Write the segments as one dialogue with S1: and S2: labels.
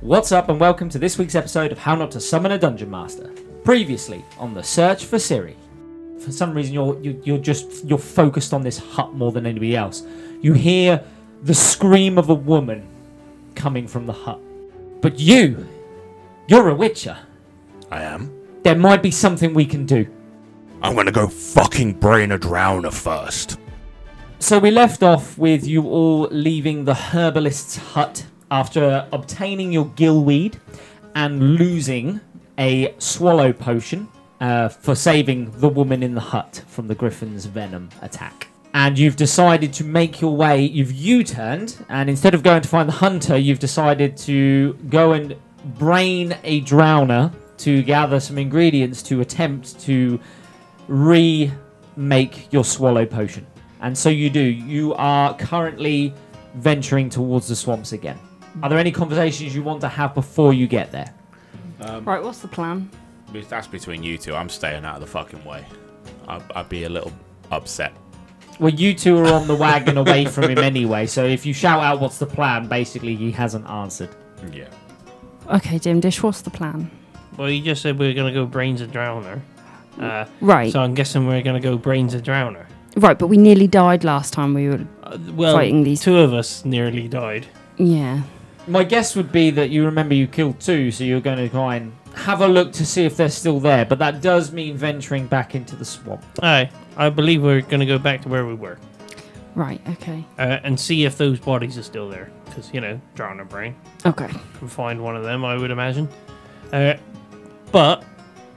S1: What's up, and welcome to this week's episode of How Not to Summon a Dungeon Master. Previously on the search for Siri. For some reason, you're you, you're just you're focused on this hut more than anybody else. You hear the scream of a woman coming from the hut, but you, you're a witcher.
S2: I am.
S1: There might be something we can do.
S2: I'm gonna go fucking brain a drowner first.
S1: So we left off with you all leaving the herbalist's hut after obtaining your gillweed and losing a swallow potion uh, for saving the woman in the hut from the griffin's venom attack. And you've decided to make your way. You've U-turned, and instead of going to find the hunter, you've decided to go and brain a drowner to gather some ingredients to attempt to remake your swallow potion. And so you do. You are currently venturing towards the swamps again. Are there any conversations you want to have before you get there?
S3: Right, what's the plan?
S4: That's between you two. I'm staying out of the fucking way. I'd, I'd be a little upset.
S1: Well, you two are on the wagon away from him anyway, so if you shout out what's the plan, basically he hasn't answered.
S4: Yeah.
S3: Okay, Jim Dish, what's the plan?
S5: Well, you just said we were going to go brains a drowner. Uh,
S3: Right,
S5: so I'm guessing we're going to go brains a drowner.
S3: right, but we nearly died last time we were.
S5: Uh, well,
S3: Fighting these-
S5: two of us nearly died.
S3: Yeah.
S1: My guess would be that you remember you killed two, so you're going to try and have a look to see if they're still there, but that does mean venturing back into the swamp.
S5: Aye, I believe we're going to go back to where we were
S3: Right, okay.
S5: uh, and see if those bodies are still there. Because, you know, drowner brain.
S3: Okay.
S5: Can find one of them, I would imagine. Uh, but,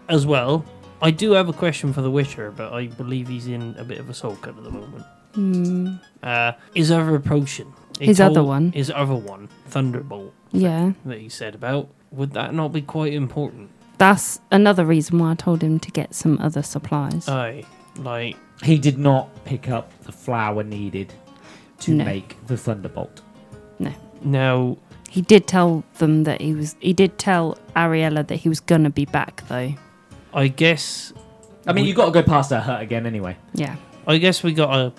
S5: as well, I do have a question for the Witcher, but I believe he's in a bit of a soul cut at the moment.
S3: Mm,
S5: Uh, his other potion. he
S3: His other
S5: told-
S3: one?
S5: His other one, Thunderbolt.
S3: yeah.
S5: that he said about would that not be quite important
S3: That's another reason why I told him to get some other supplies.
S5: aye like
S1: He did not pick up the flower needed to
S3: No.
S1: make the thunderbolt.
S5: now
S3: he did tell them that he was. He did tell Ariella that he was gonna be back, though.
S5: i guess
S1: I mean,
S5: We-
S1: you got to go past that hut again anyway.
S3: Yeah.
S5: i guess we gotta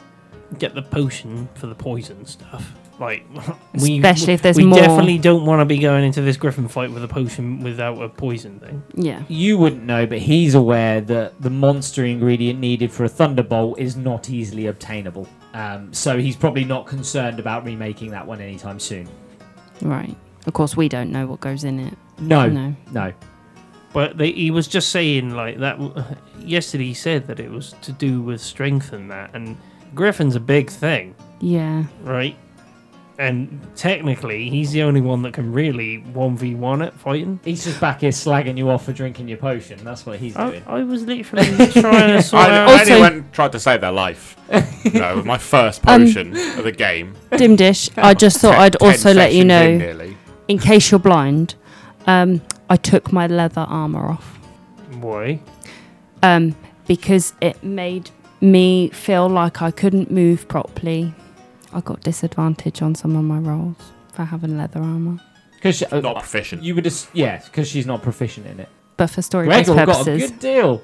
S5: get the potion for the poison stuff like we,
S3: Especially if there's
S5: we
S3: more.
S5: definitely don't want to be going into this griffin fight with a potion without a poison thing
S3: Yeah.
S1: You wouldn't know, but he's aware that the monster ingredient needed for a thunderbolt is not easily obtainable. Um, so he's probably not concerned about remaking that one anytime soon.
S3: Right. Of course, we don't know what goes in it.
S1: No, no.
S3: No.
S5: but they, he was just saying like that yesterday he said that it was to do with strength and that and griffin's a big thing
S3: Yeah.
S5: right? And technically, he's the only one that can really 1v1 at fighting.
S1: He's just back here slagging you off for drinking your potion. That's what he's
S5: I,
S1: doing.
S5: I was literally trying to sort
S2: I,
S5: out.
S2: I
S3: also-
S2: nearly went and tried to save their life. no, with my first
S3: Um,
S2: potion of the game.
S3: Dim Dish, I just thought
S2: Ten-
S3: I'd
S2: ten
S3: also let you
S2: sessions in
S3: know,
S2: nearly.
S3: in case you're blind, um, I took my leather armor off.
S5: Why?
S3: um, because it made me feel like I couldn't move properly. I got disadvantage on some of my rolls for having leather armor.
S1: Because
S2: Not proficient.
S1: uh, you would just yeah, because she's not proficient in it.
S3: But for story based
S1: Gregor got a
S3: purposes,
S1: good deal.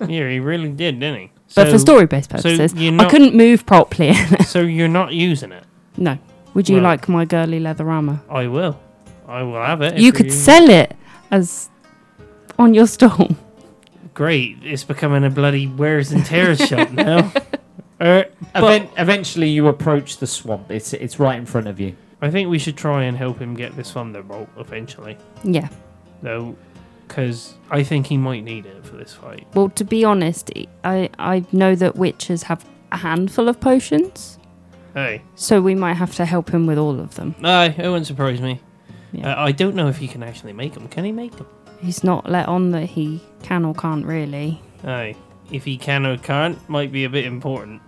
S5: Yeah, he really did, didn't he?
S3: but for story based
S5: so
S3: purposes,
S5: you're
S3: I
S5: not-
S3: couldn't move properly.
S5: so you're not using it.
S3: no. Would you
S5: Well-
S3: like my girly leather armor?
S5: I will. I will have it. if
S3: You could sell it as on your store.
S5: Great. It's becoming a bloody wares and tears shop now. Uh,
S1: Even- eventually, you approach the swamp. It's it's right in front of you.
S5: I think we should try and help him get this Thunderbolt eventually,
S3: Yeah.
S5: though, because I think he might need it for this fight.
S3: Well, to be honest, I, I know that witches have a handful of potions,
S5: Hey.
S3: so we might have to help him with all of them.
S5: Aye, it wouldn't surprise me.
S3: Yeah.
S5: Uh, I don't know if he can actually make them. Can he make them?
S3: He's not let on that he can or can't really.
S5: Aye. If he can or can't, might be a bit important.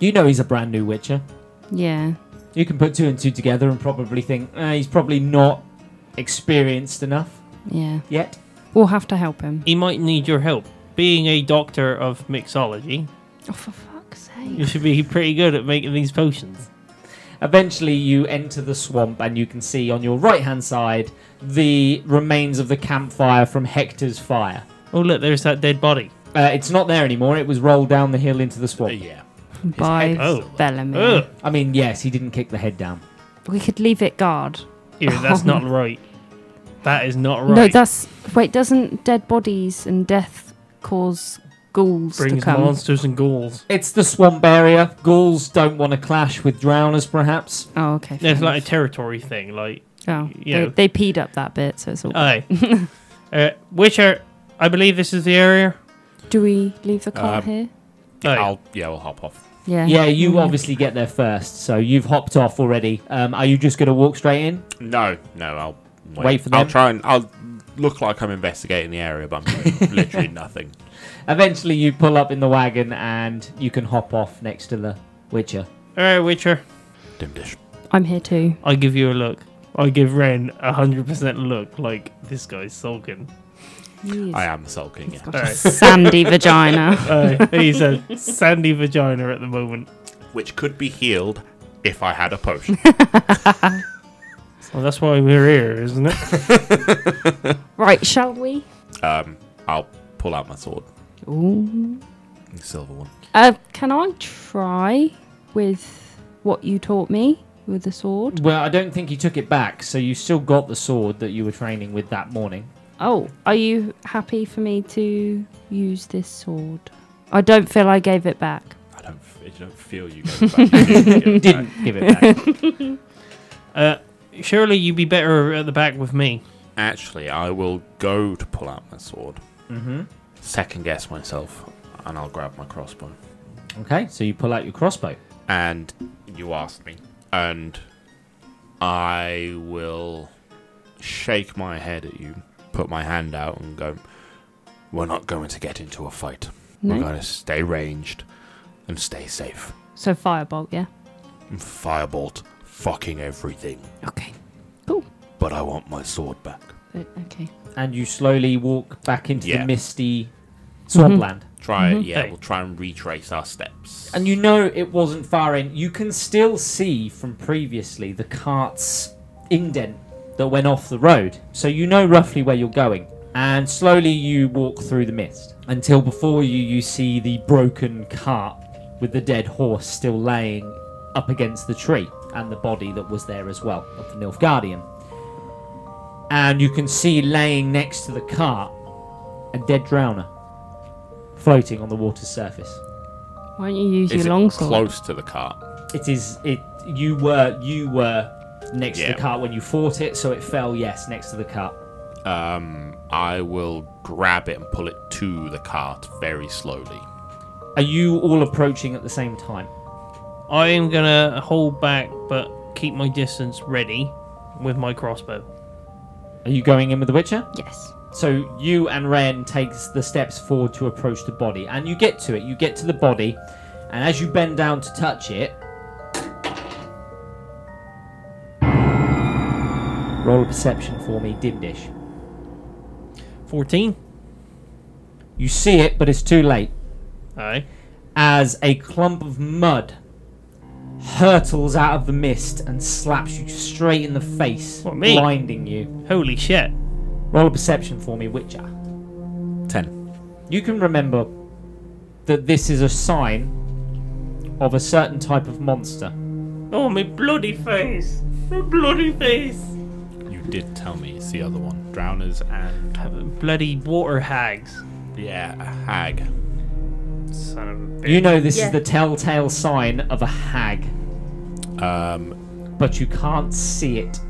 S1: You know he's a brand new Witcher.
S3: Yeah.
S1: You can put two and two together and probably think eh, he's probably not experienced enough
S3: Yeah.
S1: yet.
S3: We'll have to help him.
S5: He might need your help. Being a doctor of mixology,
S3: Oh, for fuck's
S5: you
S3: sake.
S5: should be pretty good at making these potions.
S1: Eventually, you enter the swamp and you can see on your right hand side the remains of the campfire from Hector's fire.
S5: Oh, look, there's that dead body.
S1: Uh, it's not there anymore, it was rolled down the hill into the
S2: Uh,
S1: swamp.
S2: yeah.
S3: By
S2: head
S5: is-
S3: Bellamy.
S5: oh. Ugh.
S1: I mean, yes, he didn't kick the head down.
S3: We could leave it guard
S5: Ew, that's
S3: Oh.
S5: not right. That is not right.
S3: No, that's wait. Doesn't dead bodies and death cause ghouls to
S5: brings
S3: come?
S5: monsters and ghouls.
S1: It's the swamp area. Ghouls don't want to clash with drowners, perhaps.
S3: oh, okay. fair
S5: It's like a
S3: enough.
S5: territory thing. Like,
S3: oh,
S5: you
S3: they,
S5: know.
S3: they peed up that bit, so it's all.
S5: aye. uh, Witcher, I believe this is the area.
S3: Do we leave the cart
S5: uh,
S4: Um,
S3: here?
S5: Aye.
S4: I'll yeah, we'll hop off.
S3: Yeah.
S1: Yeah, you obviously get there first, so you've hopped off already. Um, are you just going to walk straight in?
S4: No, no, I'll wait,
S1: Wait for
S4: I'll
S1: them?
S4: try and I'll look like I'm investigating the area, but I'm doing literally nothing.
S1: Eventually, you pull up in the wagon and you can hop off next to the Witcher.
S5: All right, Witcher.
S4: Dim dish.
S3: I'm here too.
S5: I give you a look. I give Ren a hundred percent look. Like this guy's sulking.
S4: I am sulking. Yeah.
S3: Got
S5: All
S3: a
S5: right.
S3: sandy vagina.
S5: Uh, he's a sandy vagina at the moment.
S4: Which could be healed if I had a potion.
S5: Well, that's why we're here, isn't it?
S3: Right, shall we?
S4: um, I'll pull out my sword,
S3: Ooh.
S4: the silver one.
S3: Uh, can I try with what you taught me with the
S4: Mm.
S3: sword?
S1: Well, I don't think you took it back, so you still got the sword that you were training with that morning.
S3: Oh, are you happy for me to use this sword? I don't feel I gave it back.
S4: I don't, f- I don't feel you going back. You didn't give it
S1: Didn't
S4: back.
S1: give it back.
S5: Uh, surely you'd be better at the back with me.
S4: Actually, I will go to pull out my sword, Mm-hmm.
S1: hmm
S4: second guess myself, and I'll grab my crossbow.
S1: Okay, so you pull out your crossbow.
S4: And you asked me, and I will shake my head at you, put my hand out, and go. We're not going to get into a fight. We're
S3: No.
S4: going to stay ranged and stay safe.
S3: So firebolt, yeah.
S4: And firebolt fucking everything.
S3: Okay.
S4: But I want my sword back.
S3: Uh, Okay.
S1: And you slowly walk back into
S4: Yeah.
S1: the misty swampland.
S4: Try,
S3: Mhm.
S4: yeah,
S5: Hey.
S4: we'll try and retrace our steps.
S1: And you know it wasn't far in. You can still see from previously the cart's indent that went off the road. So you know roughly where you're going. And slowly you walk through the mist until before you, you see the broken cart with the dead horse still laying up against the tree and the body that was there as well of the Nilfgaardian. And you can see laying next to the cart a dead drowner floating on the water's surface.
S3: Why don't you use
S4: Is
S3: your
S4: it
S3: long sword?
S4: close to the cart?
S1: It is. It. You were. You were next to
S4: Yeah.
S1: the cart when you fought it, so it fell. Yes, next to the cart.
S4: Um, I will grab it and pull it to the cart very slowly.
S1: Are you all approaching at the same time?
S5: I am gonna hold back, but keep my distance ready with my crossbow.
S1: Are you going in with the Witcher?
S3: Yes.
S1: So you and Ren takes the steps forward to approach the body, and you get to it. You get to the body, and as you bend down to touch it, roll a perception for me, Dimdish.
S5: Fourteen.
S1: You see it, but it's too late.
S5: Aye.
S1: as a clump of mud hurtles out of the mist and slaps you straight in the face,
S5: What, me?
S1: blinding you.
S5: Holy shit.
S1: Roll a perception for me, Witcher.
S4: Ten.
S1: You can remember that this is a sign of a certain type of monster.
S5: Oh my bloody face. My bloody face.
S4: You did tell me it's the other one. Drowners and.
S5: Bloody water hags.
S4: Yeah, a hag.
S5: Son of a bitch.
S1: You know this
S3: Yeah.
S1: is the telltale sign of a hag,
S4: Um,
S1: but you can't see it.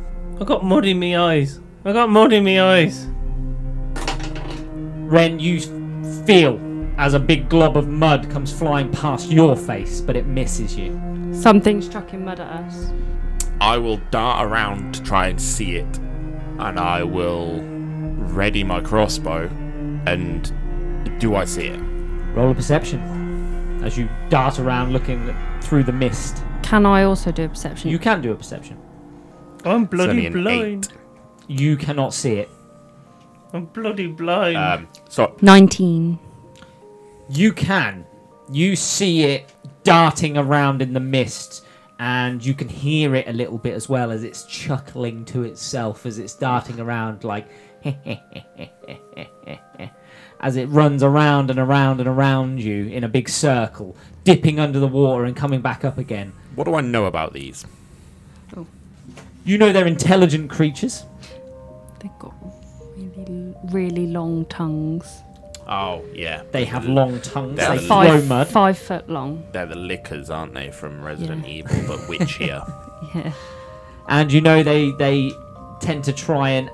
S5: I got mud in me eyes. I got mud in me eyes.
S1: Ren, you feel as a big glob of mud comes flying past your face, but it misses you.
S3: Something's chucking mud at us.
S4: I will dart around to try and see it, and I will ready my crossbow. And do I see it?
S1: Roll a perception as you dart around looking through the mist.
S3: Can I also do a perception?
S1: You can do a perception.
S5: I'm bloody
S4: only an
S5: blind.
S1: You cannot see it.
S5: I'm bloody blind.
S4: Um, so
S3: 19.
S1: You can. You see it darting around in the mist, and you can hear it a little bit as well as it's chuckling to itself as it's darting around, like as it runs around and around and around you in a big circle, dipping under the water and coming back up again.
S4: what do I know about these?
S1: You know they're intelligent creatures.
S3: They've got really, really long tongues.
S4: Oh, yeah.
S1: They have long tongues.
S4: They're
S1: They
S4: the-
S1: throw
S3: Five,
S1: mud.
S3: five foot long.
S4: They're the lickers, aren't they, from Resident Evil, but witchier.
S3: Yeah.
S1: and you know they they tend to try and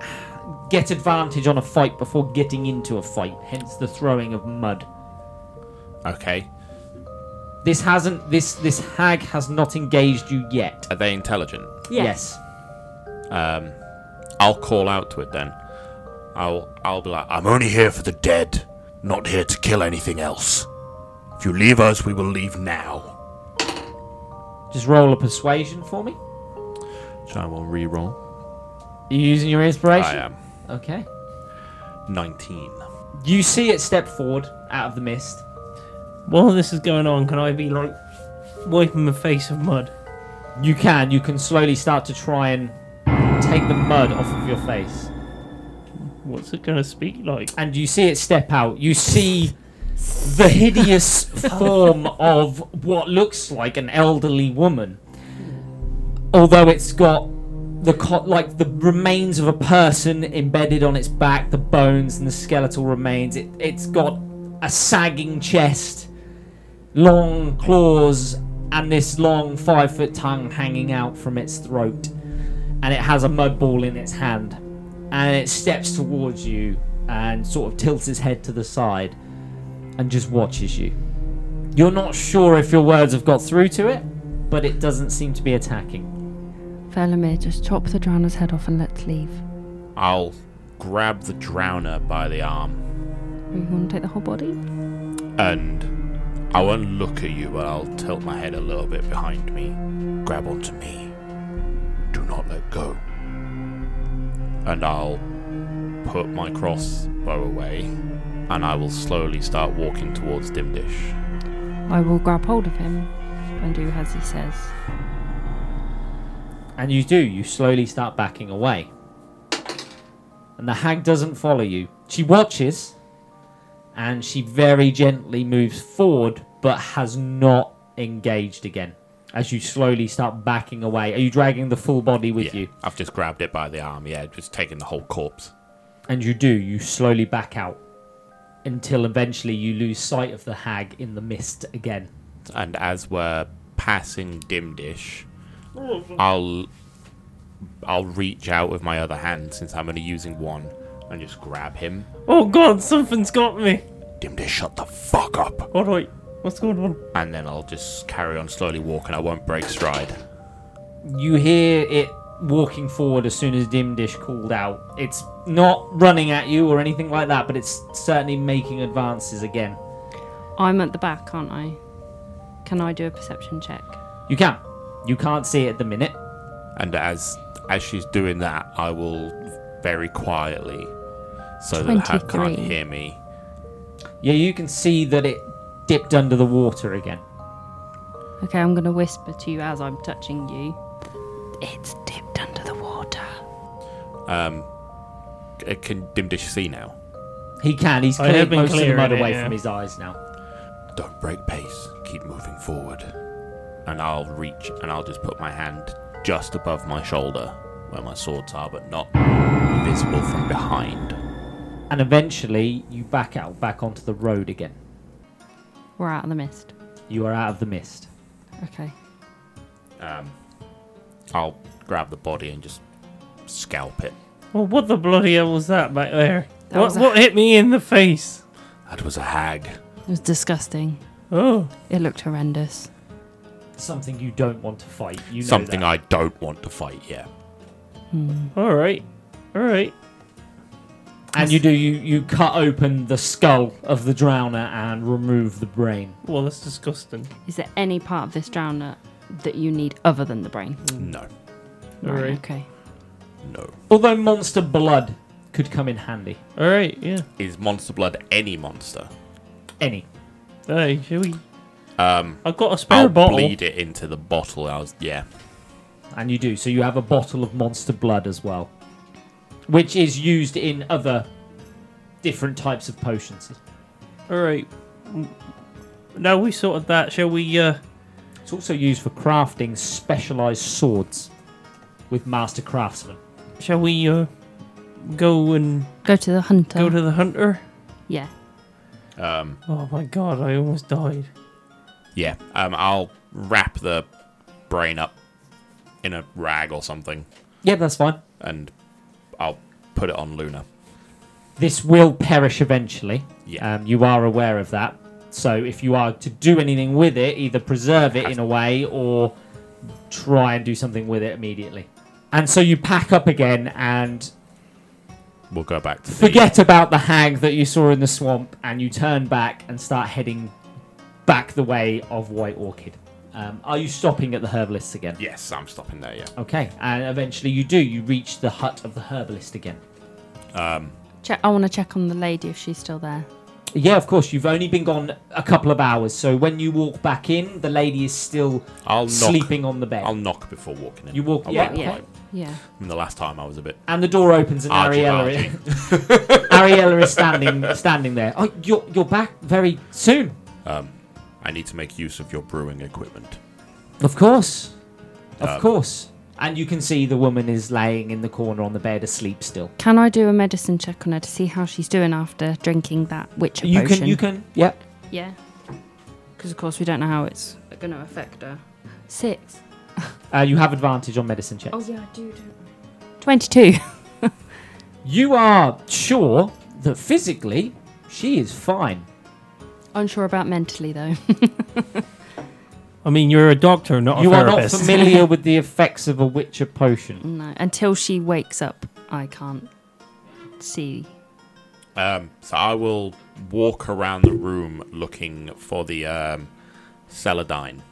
S1: get advantage on a fight before getting into a fight hence the throwing of mud
S4: okay.
S1: this hasn't this this hag has not engaged you yet
S4: Are they intelligent?
S1: yes,
S4: Um, I'll call out to it then. I'll I'll be like,
S2: I'm only here for the dead, not here to kill anything else. If you leave us, we will leave now.
S1: just roll a persuasion for me
S4: so I will re-roll.
S1: are you using your inspiration
S4: I am
S1: okay
S4: nineteen.
S1: you see it step forward out of the mist
S5: While this is going on, can I be like wiping my face of mud?
S1: you can you can slowly start to try and take the mud off of your face
S5: What's it gonna speak like?
S1: and you see it step out. You see the hideous form of what looks like an elderly woman, although it's got the co- like the remains of a person embedded on its back, the bones and the skeletal remains. It it's got a sagging chest, long claws, and this long five foot tongue hanging out from its throat, and it has a mud ball in its hand and it steps towards you and sort of tilts its head to the side and just watches you. You're not sure if your words have got through to it, but it doesn't seem to be attacking.
S3: Velimir, just chop the drowner's head off and let's leave.
S4: I'll grab the drowner by the arm
S3: Or you want to take the whole body?
S4: and I won't look at you, but I'll tilt my head a little bit behind me.
S2: Grab onto me. Do not let go.
S4: and I'll put my crossbow away and I will slowly start walking towards Dimdish.
S3: I will grab hold of him and do as he says.
S1: And you do, you slowly start backing away. And the hag doesn't follow you. She watches and she very gently moves forward but has not engaged again as you slowly start backing away. Are you dragging the full body with
S4: yeah,
S1: you?
S4: I've just grabbed it by the arm, yeah, just taking the whole corpse.
S1: and you do you slowly back out until eventually you lose sight of the hag in the mist again
S4: And as we're passing Dimdish, I'll I'll reach out with my other hand since I'm only using one and just grab him.
S5: Oh god, something's got me!
S2: Dimdish, shut the fuck up.
S5: Alright, what's going on?
S4: And then I'll just carry on slowly walking. I won't break stride.
S1: you hear it walking forward as soon as dimdish called out it's not running at you or anything like that but it's certainly making advances again
S3: I'm at the back, aren't I? Can I do a perception check?
S1: you can you can't see it at the minute
S4: And as as she's doing that, I will very quietly, so that her can't
S3: 23.
S4: hear me.
S1: yeah you can see that it dipped under the water again
S3: Okay, I'm going to whisper to you as I'm touching you. It's dipped under the water.
S4: Um, c- Uh, can Dimdish see now?
S1: he can he's
S5: I have
S1: cleared
S5: been
S1: most of the
S5: clearing
S1: mud
S5: it,
S1: away
S5: yeah.
S1: from his eyes now
S2: Don't break pace. Keep moving forward.
S4: And I'll reach and I'll just put my hand just above my shoulder where my swords are, but not visible from behind.
S1: and eventually you back out back onto the road again
S3: We're out of the mist.
S1: you are out of the mist
S3: Okay.
S4: I'll grab the body and just scalp it.
S5: Well, Oh, what the bloody hell was that back there?
S3: That
S5: what
S3: was a-
S5: what hit me in the face?
S2: That was a hag.
S3: It was disgusting.
S5: Oh,
S3: It looked horrendous.
S1: something you don't want to fight. You know
S4: Something
S1: that.
S4: I don't want to fight. Yeah.
S5: alright, alright.
S1: and you do. You you cut open the skull of the drowner and remove the brain.
S5: Well, that's disgusting.
S3: Is there any part of this drowner that you need other than the brain?
S1: Mm.
S4: No.
S5: Alright.
S3: okay.
S4: No.
S1: Although monster blood could come in handy.
S5: Alright, yeah.
S4: Is monster blood any monster?
S1: Any.
S5: Hey, shall we?
S4: Um,
S5: I've got a spare
S4: I'll
S5: bottle.
S4: bleed it into the bottle. I was yeah.
S1: And you do. So you have a bottle of monster blood as well, which is used in other different types of potions.
S5: Alright. Now we sorted that, shall we, uh,
S1: It's also used for crafting specialized swords. with Master Craftsman.
S5: Shall we uh, go and
S3: Go to the hunter.
S5: go to the hunter?
S3: yeah.
S4: Um,
S5: Oh my god, I almost died.
S4: yeah, um, I'll wrap the brain up in a rag or something,
S1: Yeah, that's fine.
S4: and I'll put it on Luna.
S1: This will perish eventually.
S4: Yeah.
S1: Um, you are aware of that. So if you are to do anything with it, either preserve it in a way or try and do something with it immediately. And so you pack up again and
S4: We'll go back to the
S1: forget about the hag that you saw in the swamp and you turn back and start heading back the way of White Orchid. Um, are you stopping at the herbalist's again?
S4: Yes, I'm stopping there. Yeah.
S1: Okay, and eventually you do. You reach the hut of the herbalist again.
S3: Check, I want to check on the lady if she's still there.
S1: Yeah, of course. You've only been gone a couple of hours, so when you walk back in, the lady is still
S4: I'll knock.
S1: sleeping on the bed.
S4: I'll knock before walking in.
S1: You walk-
S4: I'll
S1: yeah,
S4: wait.
S3: Yeah. Yeah.
S4: From the last time, I was a bit.
S1: And the door opens, and
S4: Argy
S1: Ariella, is, Ariella is standing standing there. Oh, you're you're back very soon.
S4: I need to make use of your brewing equipment.
S1: Of course, of
S4: Um,
S1: course. And you can see the woman is laying in the corner on the bed, asleep still.
S3: Can I do a medicine check on her to see how she's doing after drinking that witch
S1: You
S3: potion?
S1: can you can yeah.
S3: Yeah. Because of course we don't know how it's going to affect her. Six.
S1: Uh, you have advantage on medicine checks.
S3: yeah, I do. Don't Twenty-two.
S1: You are sure that physically she is fine.
S3: Unsure about mentally though.
S5: I mean, you're a doctor, not a
S1: you are not
S5: therapist.
S1: familiar with the effects of a witcher potion.
S3: no. Until she wakes up, I can't see.
S4: Um, so I will walk around the room looking for the um, celadine.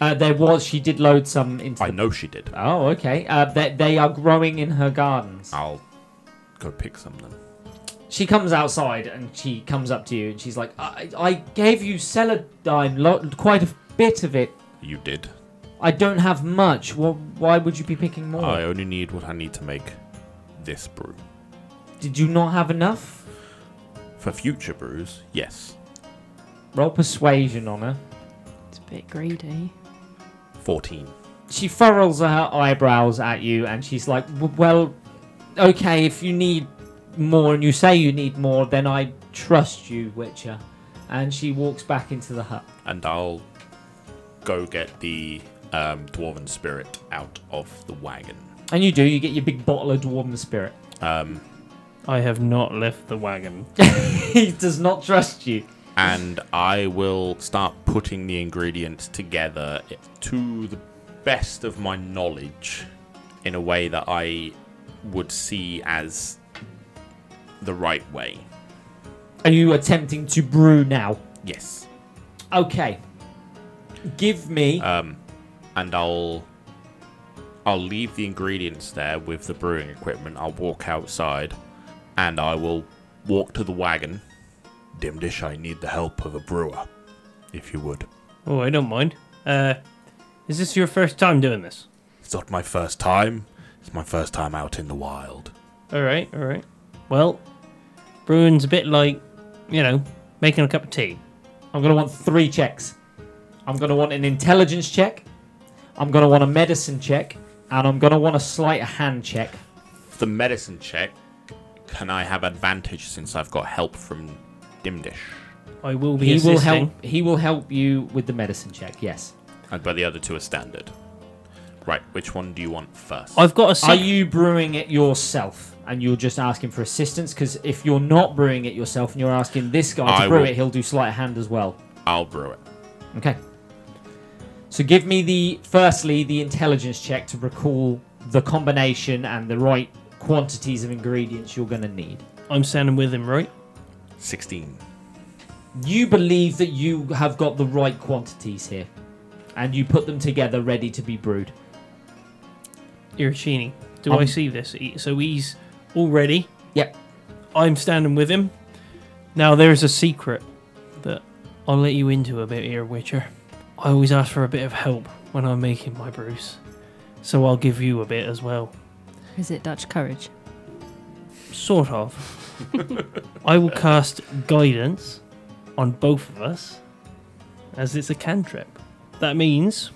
S1: Uh, there was. She did load some into.
S4: I
S1: the...
S4: know she did.
S1: Oh, okay. Uh, they, they are growing in her gardens.
S4: I'll go pick some then.
S1: She comes outside and she comes up to you and she's like, "I, I gave you celadine, lo- quite a bit of it.
S4: You did.
S1: I don't have much. Well, why would you be picking more?
S4: I only need what I need to make this brew.
S1: Did you not have enough?
S4: For future brews, yes.
S1: Roll persuasion on her.
S3: It's a bit greedy.
S4: 14.
S1: She furrows her eyebrows at you and she's like, "W- well, okay, if you need more and you say you need more, then I trust you, Witcher. And she walks back into the hut.
S4: And I'll go get the um, dwarven spirit out of the wagon.
S1: And you do, you get your big bottle of Dwarven Spirit.
S4: Um,
S5: I have not left the wagon.
S1: he does not trust you.
S4: and I will start putting the ingredients together to the best of my knowledge in a way that I would see as the right way.
S1: Are you attempting to brew now?
S4: Yes.
S1: Okay. Give me.
S4: Um, and I'll I'll leave the ingredients there with the brewing equipment. I'll walk outside, and I will walk to the wagon.
S2: Dimdish, I need the help of a brewer, if you would.
S5: Oh, I don't mind. Uh, is this your first time doing this?
S2: It's not my first time. It's my first time out in the wild.
S5: All right, all right. Well, brewing's a bit like, you know, making a cup of tea.
S1: I'm going to want three checks. I'm going to want an intelligence check. I'm going to want a medicine check. And I'm going to want a slight hand check.
S4: The medicine check. Can I have advantage since I've got help from Dimdish?
S5: I will be
S1: He
S5: assisting.
S1: will help. He will help you with the medicine check. Yes.
S4: And Uh, but the other two are standard. Right, which one do you want first?
S5: I've got a
S1: Are
S5: sec-
S1: you brewing it yourself? And you're just asking for assistance because if you're not brewing it yourself and you're asking this guy to
S4: I
S1: brew
S4: will-
S1: it, he'll do sleight of hand as well.
S4: I'll brew it.
S1: Okay. So give me the firstly the intelligence check to recall the combination and the right quantities of ingredients you're going to need.
S5: I'm standing with him, right?
S4: 16.
S1: You believe that you have got the right quantities here and you put them together ready to be brewed.
S5: Irishini. Do
S1: Um,
S5: I see this? He- So he's all ready.
S1: Yep.
S5: I'm standing with him. Now there is a secret that I'll let you into a bit here, Witcher. I always ask for a bit of help when I'm making my brews, so I'll give you a bit as well.
S3: Is it Dutch courage?
S5: Sort of. I will cast guidance on both of us, as it's a cantrip. That means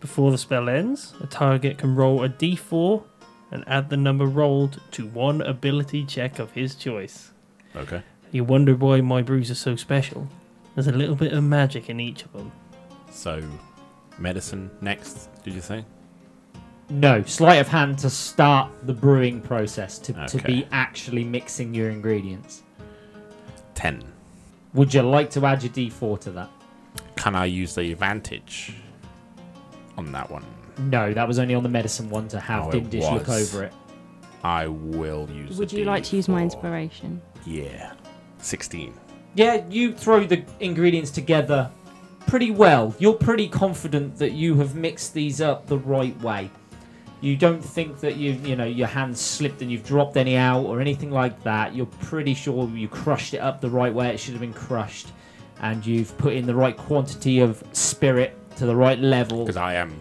S5: Before the spell ends, a target can roll a d4 and add the number rolled to one ability check of his choice.
S4: Okay.
S5: You wonder why my brews are so special. There's a little bit of magic in each of them.
S4: So, medicine next, did you say?
S1: No, sleight of hand to start the brewing process to, to
S4: Okay.
S1: be actually mixing your ingredients.
S4: 10.
S1: Would you like to add your D4 to that?
S4: Can I use the advantage on that one?
S1: No, that was only on the medicine one to have
S4: Oh, it
S1: Dimdish look
S4: was.
S1: over it.
S4: I will use
S3: Would
S4: the
S3: you like to use my
S4: D4.
S3: inspiration?
S4: Yeah. 16.
S1: Yeah, you throw the ingredients together pretty well. You're pretty confident that you have mixed these up the right way. You don't think that you you know your hands slipped and you've dropped any out or anything like that. You're pretty sure you crushed it up the right way it should have been crushed, and you've put in the right quantity of spirit to the right level.
S4: Because I am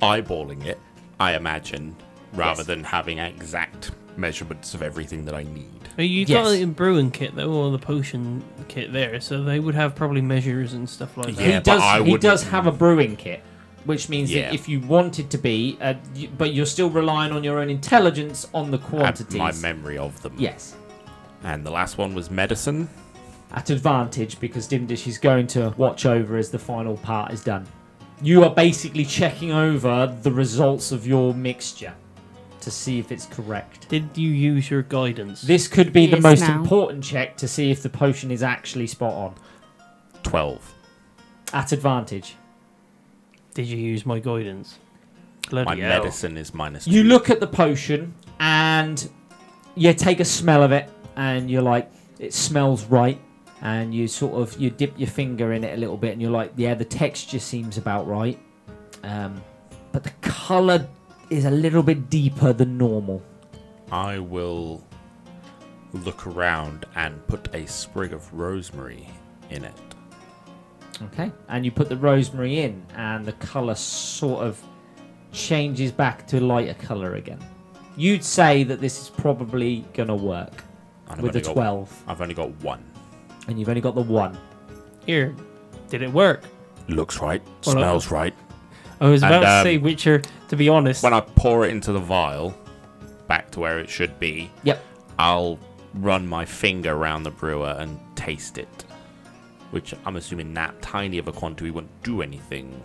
S4: eyeballing it, I imagine, rather
S1: Yes.
S4: than having exact measurements of everything that I need.
S5: But You got
S1: Yes.
S5: the brewing kit though, or the potion kit there, so they would have probably measures and stuff like that.
S4: Yeah,
S1: he
S4: but
S1: does.
S4: I
S1: he
S4: wouldn't-
S1: does have a brewing kit, which means
S4: Yeah.
S1: that if you wanted to be, uh, you, but you're still relying on your own intelligence on the
S4: And
S1: quantities.
S4: my memory of them.
S1: yes,
S4: And the last one was medicine.
S1: at advantage because Dimdish is going to watch over as the final part is done. You are basically checking over the results of your mixture to see if it's correct.
S5: Did you use your guidance?
S1: This could be the
S3: Yes,
S1: most
S3: now.
S1: important check to see if the potion is actually spot on.
S4: 12.
S1: At advantage.
S5: Did you use my guidance? Bloody
S4: my
S5: hell.
S4: medicine is minus
S1: You
S4: two.
S1: look at the potion and you take a smell of it and you're like, it smells right. And you sort of you dip your finger in it a little bit and you're like, yeah, the texture seems about right. Um, but the colour is a little bit deeper than normal.
S4: I will look around and put a sprig of rosemary in it.
S1: Okay. And you put the rosemary in and the colour sort of changes back to lighter colour again. You'd say that this is probably gonna work
S4: And I've
S1: with
S4: only
S1: the
S4: got-
S1: twelve,
S4: I've only got one.
S1: and you've only got the one.
S5: Here, did it work?
S2: Looks right.
S5: Well,
S2: smells right.
S5: I was
S4: And,
S5: about to
S4: um,
S5: say Witcher. To be honest,
S4: When I pour it into the vial, back to where it should be,
S1: Yep.
S4: I'll run my finger around the brewer and taste it. Which I'm assuming that tiny of a quantity wouldn't do anything.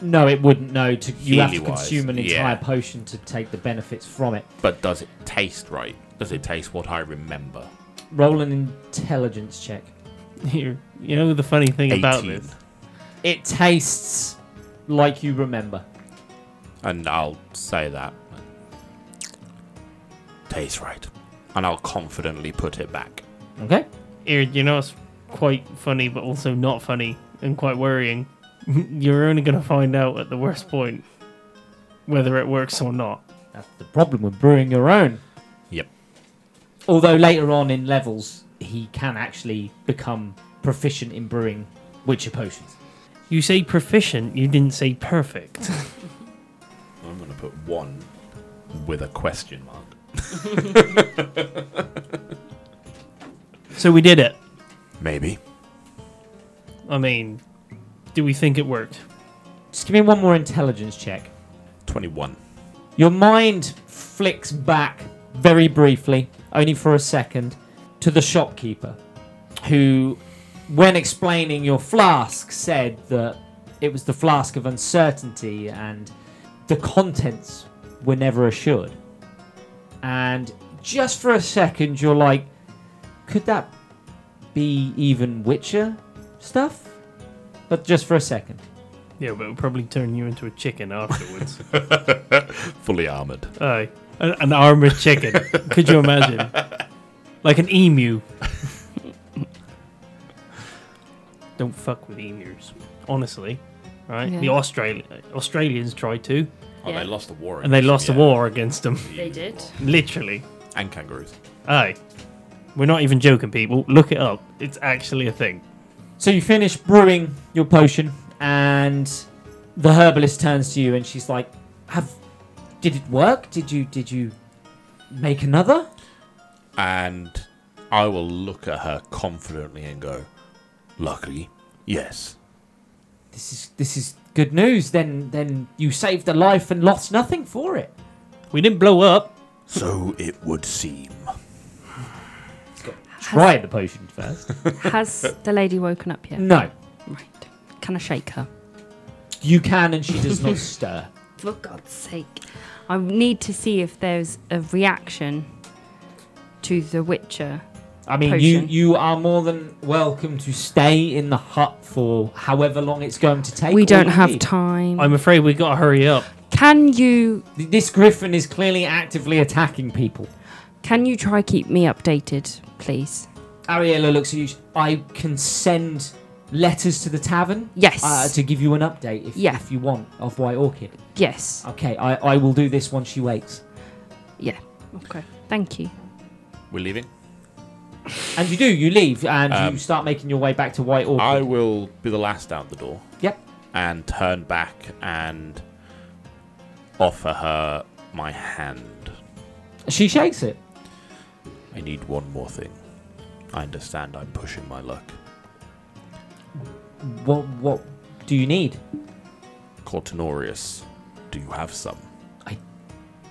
S1: No, it wouldn't. No, to, you have to
S4: Healy-wise,
S1: consume an entire
S4: yeah.
S1: potion to take the benefits from it.
S4: But does it taste right? Does it taste what I remember?
S1: Roll an intelligence check.
S5: here, you know the funny thing about
S4: 18.
S5: this.
S1: It tastes like you remember.
S4: And I'll say that. Tastes right. And I'll confidently put it back.
S1: Okay.
S5: Here, you know it's quite funny, but also not funny and quite worrying. You're only going to find out at the worst point whether it works or not.
S1: That's the problem with brewing your own.
S4: Yep.
S1: Although later on in levels, he can actually become proficient in brewing witcher potions.
S5: You say proficient, you didn't say perfect.
S4: I'm going to put one with a question mark.
S5: so we did it.
S2: Maybe.
S5: I mean, do we think it worked?
S1: Just give me one more intelligence check.
S4: 21.
S1: Your mind flicks back very briefly, only for a second, to the shopkeeper, who, when explaining your flask, said that it was the flask of uncertainty and the contents were never assured. And just for a second, you're like, could that be even Witcher stuff? But just for a second.
S5: Yeah, but it'll probably turn you into a chicken afterwards.
S4: Fully armoured.
S5: Aye. An, an armored chicken. Could you imagine? Like an emu. Don't fuck with emus. Honestly. Right? The
S3: Yeah.
S5: Australi- Australians tried to,
S4: Oh,
S3: Yeah.
S4: they lost the war.
S5: and they lost the
S4: yeah.
S5: war against them.
S3: They did.
S5: Literally.
S4: And kangaroos.
S5: Aye. We're not even joking, people. Look it up. It's actually a thing.
S1: So you finish brewing your potion, and the herbalist turns to you and she's like, "Have did it work? Did you did you make another?"
S4: And I will look at her confidently and go,
S2: Luckily. Yes.
S1: This is this is good news. Then then you saved a life and lost nothing for it.
S5: We didn't blow up.
S2: So it would seem.
S1: Try the potion first.
S3: Has the lady woken up yet?
S1: no,
S3: Right. Can I shake her?
S1: you can, and she does not stir.
S3: For God's sake. I need to see if there's a reaction to the Witcher.
S1: I mean, you,
S3: Potion.
S1: you are more than welcome to stay in the hut for however long it's going to take.
S3: we
S1: or
S3: don't
S1: you
S3: have
S1: need.
S3: time.
S5: I'm afraid we gotta hurry up.
S3: Can you
S1: This griffin is clearly actively attacking people.
S3: can you try keep me updated, please?
S1: Ariella looks at you. I can send letters to the tavern
S3: Yes.
S1: uh, to give you an update if,
S3: Yeah.
S1: if you want of White Orchid.
S3: yes.
S1: Okay, I, I will do this once she wakes.
S3: Okay. Thank you.
S4: We're leaving.
S1: And you do, you leave and
S4: Um,
S1: you start making your way back to White Orchid.
S4: I will be the last out the door.
S1: Yep.
S4: And turn back and offer her my hand.
S1: She shakes it.
S4: I need one more thing. I understand I'm pushing my luck.
S1: What, what do you need?
S4: Cortinorius, do you have some?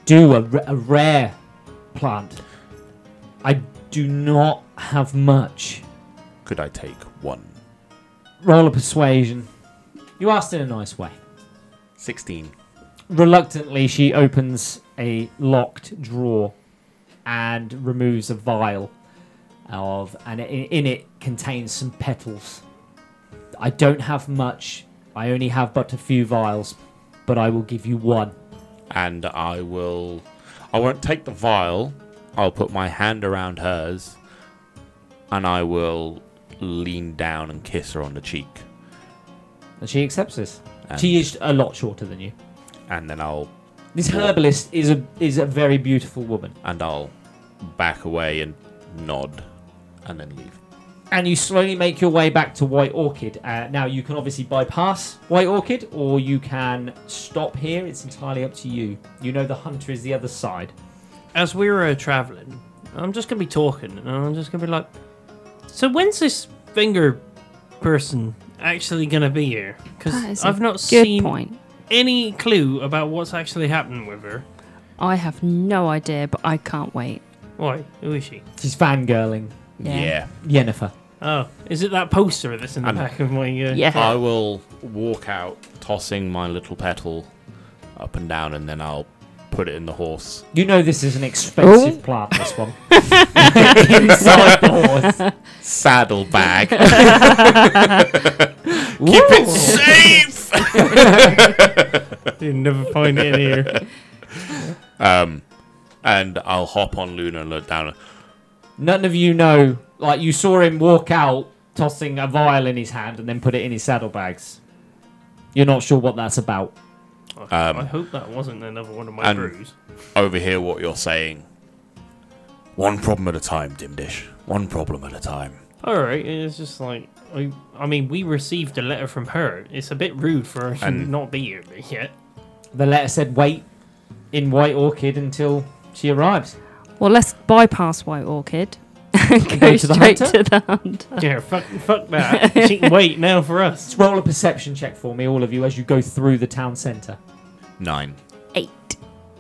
S1: do a, r- a rare plant. I do not have much.
S4: Could I take one?
S1: Roll a persuasion. You asked in a nice way.
S4: 16.
S1: Reluctantly, she opens a locked drawer and removes a vial of, and i- in it contains some petals. I don't have much. I only have but a few vials, but I will give you one.
S4: and I will. I won't take the vial. I'll put my hand around hers, and I will lean down and kiss her on the cheek.
S1: And she accepts this.
S4: And,
S1: She is a lot shorter than you.
S4: and then I'll
S1: This herbalist is a is a very beautiful woman.
S4: and I'll back away and nod, and then leave.
S1: and you slowly make your way back to White Orchid. Uh, now you can obviously bypass White Orchid, or you can stop here. It's entirely up to you. You know the hunter is the other side.
S5: As we were traveling, I'm just gonna be talking, and I'm just gonna be like, "So when's this finger person actually gonna be here?
S3: That is
S5: Because
S3: a
S5: I've not
S3: Good
S5: seen
S3: point.
S5: any clue about what's actually happened with her.
S3: I have no idea, but I can't wait.
S5: Why? Who is she?
S1: She's fangirling Yennefer.
S5: Oh, is it that poster that's in the
S4: I'm-
S5: back of my? Uh,
S3: Yeah.
S4: I will walk out, tossing my little petal up and down, and then I'll put it in the horse.
S1: You know this is an expensive plant. This one inside the
S4: Saddle bag.
S1: horse. Keep
S4: Safe.
S5: You never find it in here.
S4: Um, and I'll hop on Luna and look down.
S1: None of you know. Like you saw him walk out, tossing a vial in his hand, and then put it in his saddlebags. You're not sure what that's about.
S4: Um,
S5: I hope that wasn't another one of my
S4: and-
S5: brews.
S4: overhear what you're saying.
S2: One problem at a time, Dimdish. One problem at a time.
S5: All right, it's just like I, I mean, we received a letter from her. It's a bit rude for her to
S4: And-
S5: not be here yet.
S1: The letter said wait in White Orchid until she arrives.
S3: Well, let's bypass White Orchid and go,
S1: go to the
S3: straight
S1: hunter?
S3: to the hunter.
S5: Yeah, fuck, fuck that. she can wait now for us.
S1: Just roll a perception check for me, all of you, as you go through the town centre.
S4: Nine.
S3: Eight.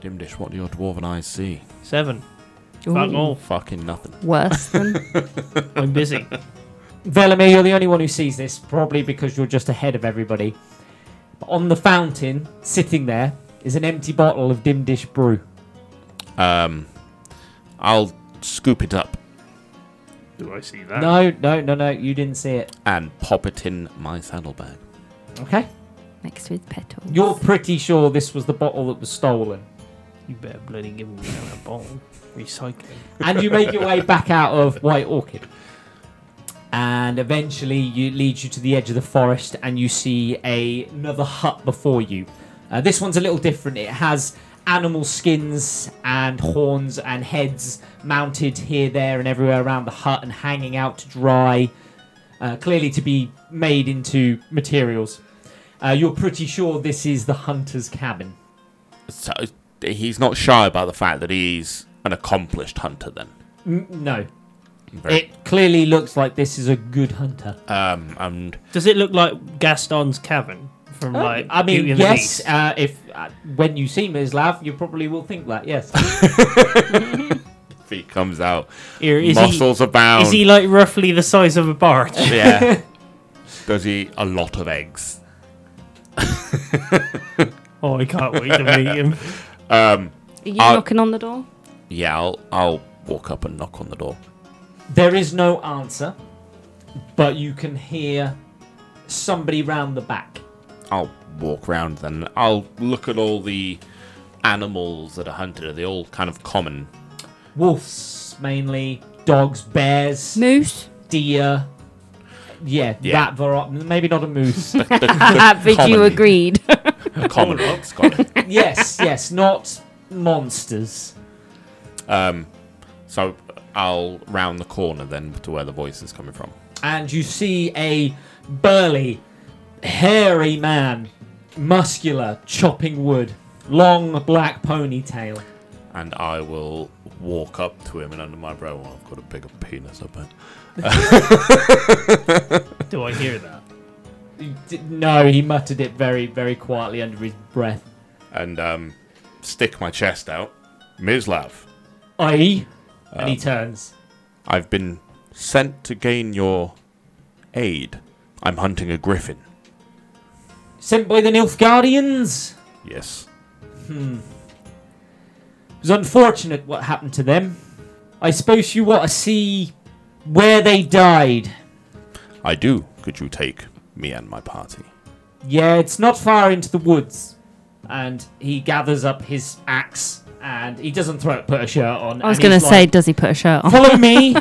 S4: Dimdish, what do your dwarven eyes see?
S5: Seven. Fuck
S3: Ooh,
S5: off.
S4: Fucking nothing.
S3: Worse than
S5: I'm busy.
S1: Velimir, you're the only one who sees this, probably because you're just ahead of everybody. But on the fountain, sitting there, is an empty bottle of dim dish brew.
S4: Um, I'll scoop it up
S5: Do I see that?
S1: No, no, no, no, you didn't see it.
S4: and pop it in my saddlebag.
S1: Okay.
S3: mixed with petals.
S1: You're pretty sure this was the bottle that was stolen.
S5: You better bloody give me that ball. Recycling.
S1: and you make your way back out of White Orchid. And eventually, you it leads you to the edge of the forest, and you see a, another hut before you. Uh, this one's a little different. It has animal skins and horns and heads mounted here, there, and everywhere around the hut, and hanging out to dry, uh, clearly to be made into materials. Uh, you're pretty sure this is the hunter's cabin.
S4: So he's not shy about the fact that he's an accomplished hunter. Then
S1: N- no,
S4: Very,
S1: It clearly looks like this is a good hunter.
S4: um, and
S5: Does it look like Gaston's cavern from like
S1: Oh, I mean,
S5: Beauty and
S1: yes.
S5: the Beast?
S1: Uh, if uh, when you see Ms. Lav, you probably will think that. Yes.
S4: if he comes out,
S5: Here, is he,
S4: muscles abound.
S5: is he like roughly the size of a barge?
S4: yeah. Does he eat a lot of eggs?
S5: oh, I can't wait to meet him.
S3: Are you
S4: Uh,
S3: knocking on the door?
S4: Yeah, I'll I'll walk up and knock on the door.
S1: There is no answer, but you can hear somebody round the back.
S4: I'll walk round then. I'll look at all the animals that are hunted. Are they all kind of common?
S1: Wolves mainly, dogs, bears,
S3: Moose?
S1: deer. Yeah,
S4: Yeah.
S1: that variety. Maybe not a moose.
S4: The, the,
S3: but you
S4: common-
S3: agreed.
S4: the common ones, got it.
S1: yes, yes, not monsters.
S4: Um, so I'll round the corner then to where the voice is coming from.
S1: and you see a burly, hairy man, muscular, chopping wood, long black ponytail.
S4: and I will walk up to him and under my breath, well, I've got a bigger penis, I bet.
S5: Do I hear that?
S1: He d- No, he muttered it very, very quietly under his breath.
S4: And um, stick my chest out. Mislav,
S1: I. E, and he turns.
S4: I've been sent to gain your aid. I'm hunting a griffin.
S1: Sent by the Nilfgaardians.
S4: Yes.
S1: It was unfortunate what happened to them. I suppose you want to see where they died.
S4: I do. Could you take me and my party?
S1: Yeah, it's not far into the woods. And he gathers up his axe and he doesn't throw it, put a shirt on.
S3: I was
S1: and
S3: going to
S1: he's
S3: say,
S1: like,
S3: does he put a shirt on?
S1: Follow me!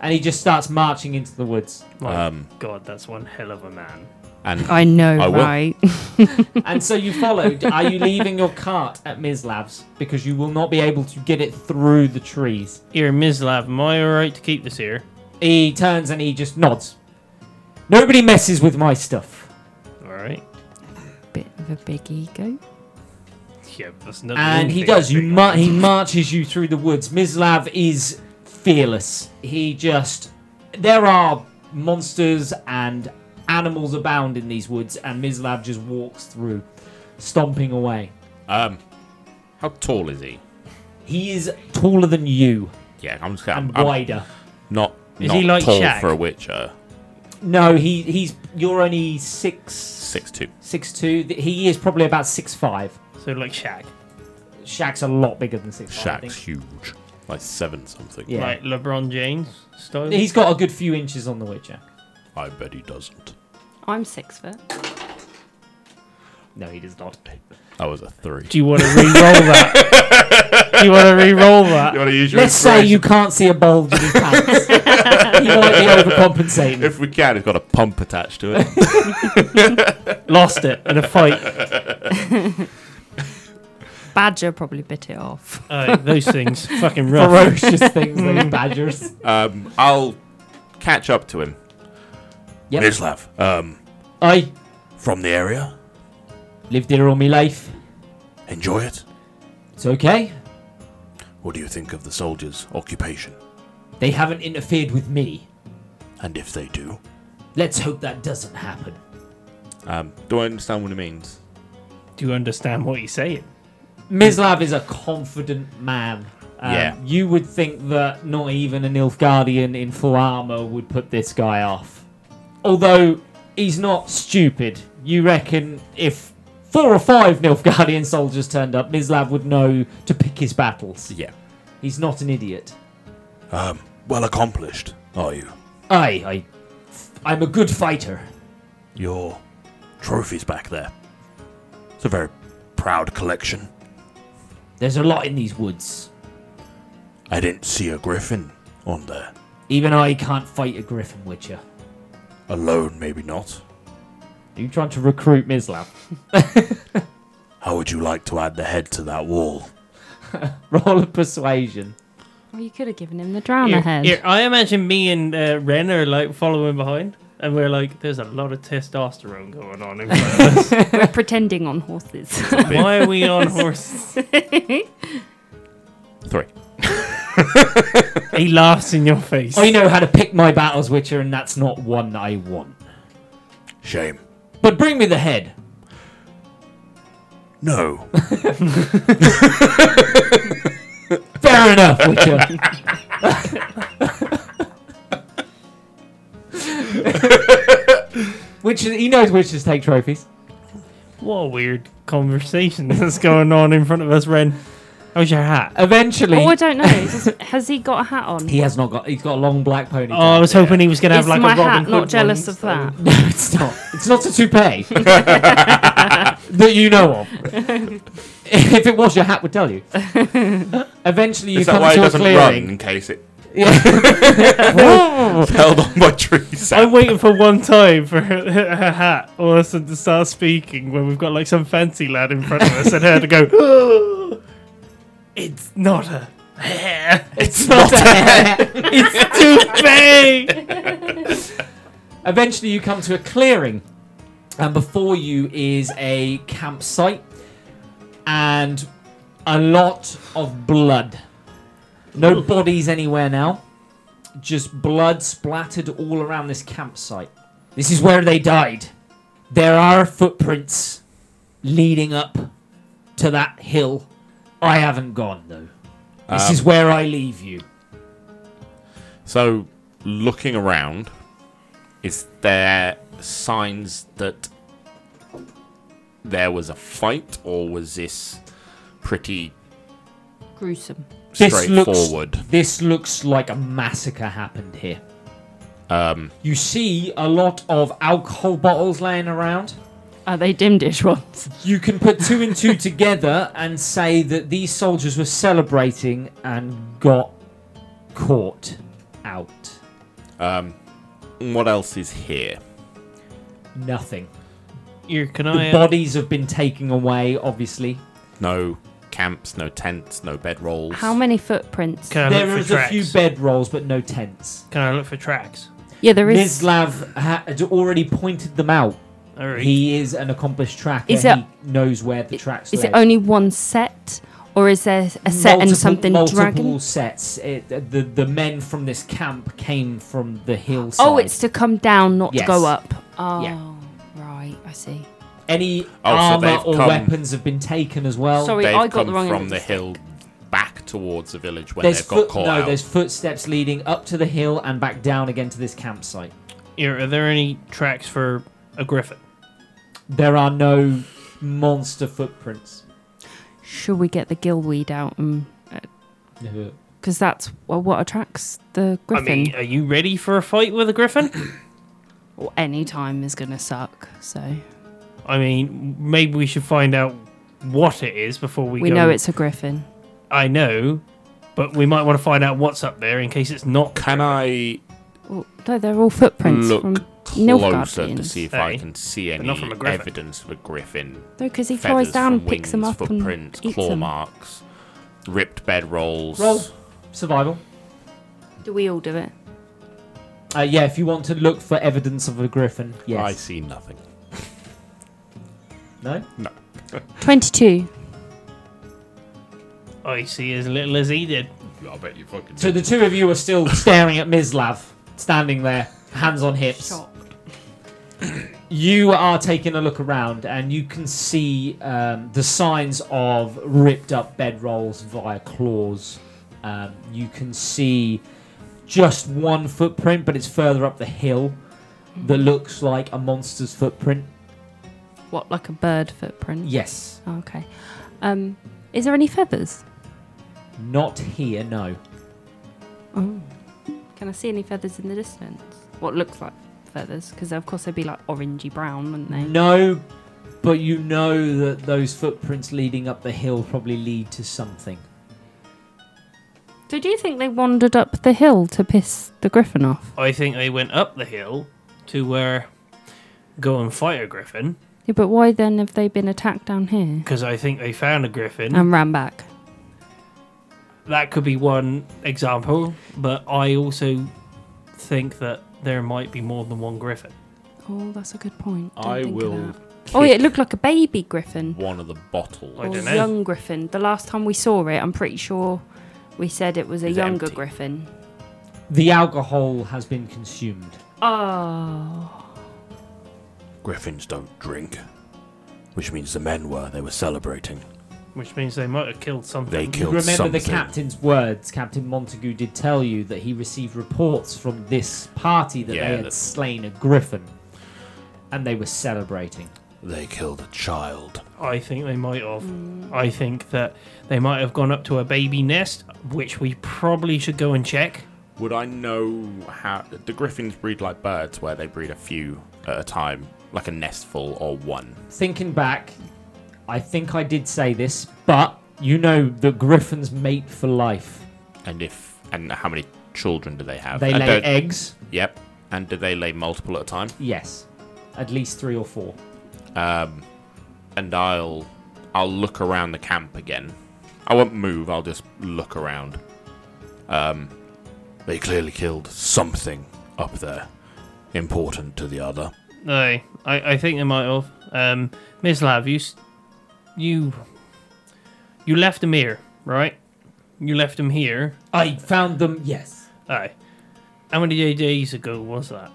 S1: and he just starts marching into the woods.
S5: My
S4: Um,
S5: God, that's one hell of a man.
S4: And
S1: Uh,
S3: I know,
S4: I will.
S3: right?
S1: And so you followed. Are you leaving your cart at Mislab's? Because you will not be able to get it through the trees.
S5: Here, Mislav, am I alright to keep this here?
S1: He turns and he just nods. Nobody messes with my stuff.
S5: Alright.
S3: Bit of a big ego.
S5: Yeah, that's not
S1: and he does. You mar- he marches you through the woods. Mislav is fearless. He just there are monsters and animals abound in these woods, and Mislav just walks through, stomping away.
S4: um, how tall is he?
S1: He is taller than you
S4: Yeah, I'm just I'm,
S1: and
S4: I'm
S1: wider.
S4: not
S5: Is
S4: not
S5: he like
S4: tall
S5: Shaq?
S4: for a witcher.
S1: No, he he's you're only six
S4: Six two.
S1: six two. He is probably about six five.
S5: So, like Shaq.
S1: Shaq's a lot bigger than six. five, I
S4: Shaq's
S1: think.
S4: huge, like seven something.
S1: Yeah.
S5: Like LeBron James style.
S1: He's got a good few inches on the Witcher.
S4: I bet he doesn't.
S3: I'm six foot.
S1: No, he does not.
S4: That was a three.
S5: Do you want to re-roll that? Do you want to re-roll that?
S4: want to use
S1: Let's say you can't see a bulge in his pants. he might be overcompensating.
S4: If we can, it's got a pump attached to it.
S5: Lost it in a fight.
S3: Badger probably bit it off.
S5: Aye, Uh, those things fucking rough.
S1: Ferocious things, those badgers.
S4: um, I'll catch up to him.
S1: Yep.
S2: Mislav,
S4: Um,
S1: I
S2: from the area,
S1: lived here all my life.
S2: enjoy it.
S1: It's okay.
S2: What do you think of the soldiers' occupation?
S1: They haven't interfered with me.
S2: And if they do,
S1: Let's hope that doesn't happen.
S4: um, do I understand what it means?
S5: Do you understand what he's saying?
S1: Mislav is a confident man. Um,
S4: Yeah.
S1: You would think that not even an Ilfgaardian in full armor would put this guy off. Although he's not stupid. You reckon if four or five Nilfgaardian soldiers turned up, Mislav would know to pick his battles.
S4: Yeah.
S1: He's not an idiot.
S2: well accomplished, are you?
S1: I, I, I'm a good fighter.
S2: Your trophies back there. It's a very proud collection.
S1: There's a lot in these woods.
S2: I didn't see a griffin on there.
S1: Even I can't fight a Griffin Witcher.
S2: Alone, maybe not.
S1: Are you trying to recruit Mislav?
S2: How would you like to add the head to that wall?
S1: Roll a persuasion.
S3: Well, you could have given him the drown
S5: Here-
S3: ahead.
S5: here, I imagine me and uh, Ren are like following behind, and we're like, "There's a lot of testosterone going on in front of us.
S3: We're pretending on horses. Oh,
S5: Why are we on horses?"
S4: Three.
S5: he laughs in your face.
S1: I know how to pick my battles, Witcher, and that's not one I want.
S2: Shame.
S1: But bring me the head.
S2: No.
S1: Fair enough, Witcher. Which he knows witches take trophies.
S5: What a weird conversation that's going on in front of us, Ren. How's your hat?
S1: Eventually,
S3: Oh, I don't know. Does- has he got a hat on?
S1: he has not got. He's got a long black pony.
S5: Oh, I was hoping he was going to have
S3: Is
S5: like
S3: my
S5: a Robin
S3: hat
S5: Hood
S3: not jealous
S5: one.
S3: of that?
S1: No, it's not. It's not a toupee that you know of. if it was, your hat would tell you. Eventually, you
S4: Is
S1: come
S4: that why it
S1: to a
S4: doesn't run
S1: clearing.
S4: in case it
S1: Yeah.
S4: held on by trees?
S5: I'm waiting for one time for her, her hat all of a sudden to start speaking when we've got like some fancy lad in front of us and her to go, "Oh, It's not a hair. It's not a It's too big.
S1: Eventually, you come to a clearing, and before you is a campsite and a lot of blood. No bodies anywhere now, just blood splattered all around this campsite. This is where they died. There are footprints leading up to that hill. I haven't gone though. This
S4: Um,
S1: is where I leave you.
S4: So, looking around, is there signs that there was a fight, or was this pretty
S3: Gruesome.
S1: This looks-
S4: straightforward?
S1: This looks like a massacre happened here.
S4: Um,
S1: You see a lot of alcohol bottles laying around.
S3: Are they dim dish ones?
S1: You can put two and two together and say that these soldiers were celebrating and got caught out.
S4: um, what else is here?
S1: Nothing.
S5: Here, can
S1: The
S5: I? uh,
S1: bodies have been taken away, obviously.
S4: No camps, no tents, no bedrolls.
S3: How many footprints?
S5: can I
S1: there
S5: look
S1: is
S5: for
S1: a
S5: tracks?
S1: few bedrolls, but no tents.
S5: can I look for tracks?
S3: yeah, there is.
S1: Mislav had already pointed them out.
S5: All right.
S1: He is an accomplished tracker.
S3: Is it-
S1: he knows where the tracks
S3: Is
S1: lead.
S3: it only one set, or is there a set and something
S1: multiple
S3: dragon?
S1: sets. It, the the men from this camp came from the hillside.
S3: Oh, it's to come down, not
S1: Yes.
S3: to go up. Oh,
S1: Yeah.
S3: right. I see.
S1: any
S4: Oh, so
S1: armor
S4: they've
S1: or
S4: come-
S1: weapons have been taken as well.
S3: Sorry,
S4: They've
S3: I got
S4: come
S3: the wrong end
S4: from
S3: of
S4: the
S3: the stick.
S4: hill back towards the village when
S1: there's
S4: they've got
S1: foot-
S4: caught
S1: no,
S4: out.
S1: there's footsteps leading up to the hill and back down again to this campsite.
S5: Here, are there any tracks for a griffin?
S1: There are no monster footprints.
S3: Should we get the gillweed out? Because that's well, what attracts the griffin.
S5: I mean, are you ready for a fight with a griffin?
S3: Well, any time is gonna suck. So
S5: I mean, maybe we should find out what it is before we,
S3: we
S5: go.
S3: know it's a griffin.
S5: I know, but we might want to find out what's up there in case it's not.
S4: Can I
S3: Well, no, they're all footprints
S4: look
S3: from
S4: closer to
S3: Nilfgaardians.
S4: see if I
S5: Hey,
S4: can see
S5: but
S4: any
S5: not from a griffin.
S4: evidence of a griffin?
S3: No, because he
S4: Feathers
S3: flies down,
S4: from
S3: picks them
S4: wings,
S3: up,
S4: footprints,
S3: and eats
S4: claw
S3: them.
S4: marks, ripped bedrolls.
S1: Roll survival.
S3: Do we all do it?
S1: Uh, yeah, if you want to look for evidence of a griffin, yes.
S4: I see nothing.
S1: No.
S3: Twenty-two.
S5: I see as little as he did.
S4: I bet you fucking.
S1: So the two of you are still staring at Mislav, standing there, hands on hips. You are taking a look around and you can see um, the signs of ripped up bedrolls via claws. Um, you can see just one footprint, but it's further up the hill that looks like a monster's footprint.
S3: What, like a bird footprint?
S1: Yes.
S3: Oh, okay. Um, is there any feathers?
S1: Not here, no.
S3: Oh. Can I see any feathers in the distance? What looks like feathers? Because of course they'd be like orangey brown, wouldn't they?
S1: No, but you know that those footprints leading up the hill probably lead to something.
S3: Did you think they wandered up the hill to piss the griffin off?
S5: I think they went up the hill to where go and fight a griffin
S3: Yeah, but why then have they been attacked down here
S5: because I think they found a griffin.
S3: and ran back?
S5: that could be one example, but I also think that there might be more than one griffin.
S3: Oh, that's a good point. Didn't
S4: I
S3: think of
S4: will.
S3: that. Oh, yeah,
S4: kick
S3: it looked like Oh, a baby griffin.
S4: One of the bottles.
S5: I
S3: or
S5: dunno.
S3: young griffin. The last time we saw it, I'm pretty sure We said it was a
S4: It's
S3: younger
S4: empty.
S3: griffin.
S1: The alcohol has been consumed.
S3: Oh.
S2: Griffins don't drink. Which means the men were. They were celebrating.
S5: Which means they might have killed something.
S2: They killed
S1: Remember the
S2: something.
S1: captain's words. Captain Montagu did tell you that he received reports from this party that
S4: Yeah,
S1: they had
S4: that's-
S1: slain a griffin, and they were celebrating.
S2: They killed a child.
S5: I think they might have. I think that they might have gone up to a baby nest, which we probably should go and check.
S4: Would I know how the griffins breed like birds, where they breed a few at a time, like a nestful or one?
S1: Thinking back, I think I did say this, but you know the griffins mate for life.
S4: And if and how many children do they have?
S1: They
S4: And
S1: lay
S4: don't-
S1: eggs.
S4: Yep. And do they lay multiple at a time?
S1: Yes, at least three or four.
S4: Um, and I'll I'll look around the camp again. I won't move. I'll just look around. Um,
S2: They clearly killed something up there. Important to the other.
S5: Aye, I, I think they might have. Um, Ms. Lav, you, s- you, you left them here, right? You left them here.
S1: I found them. Yes,
S5: Aye. How many day- days ago was that?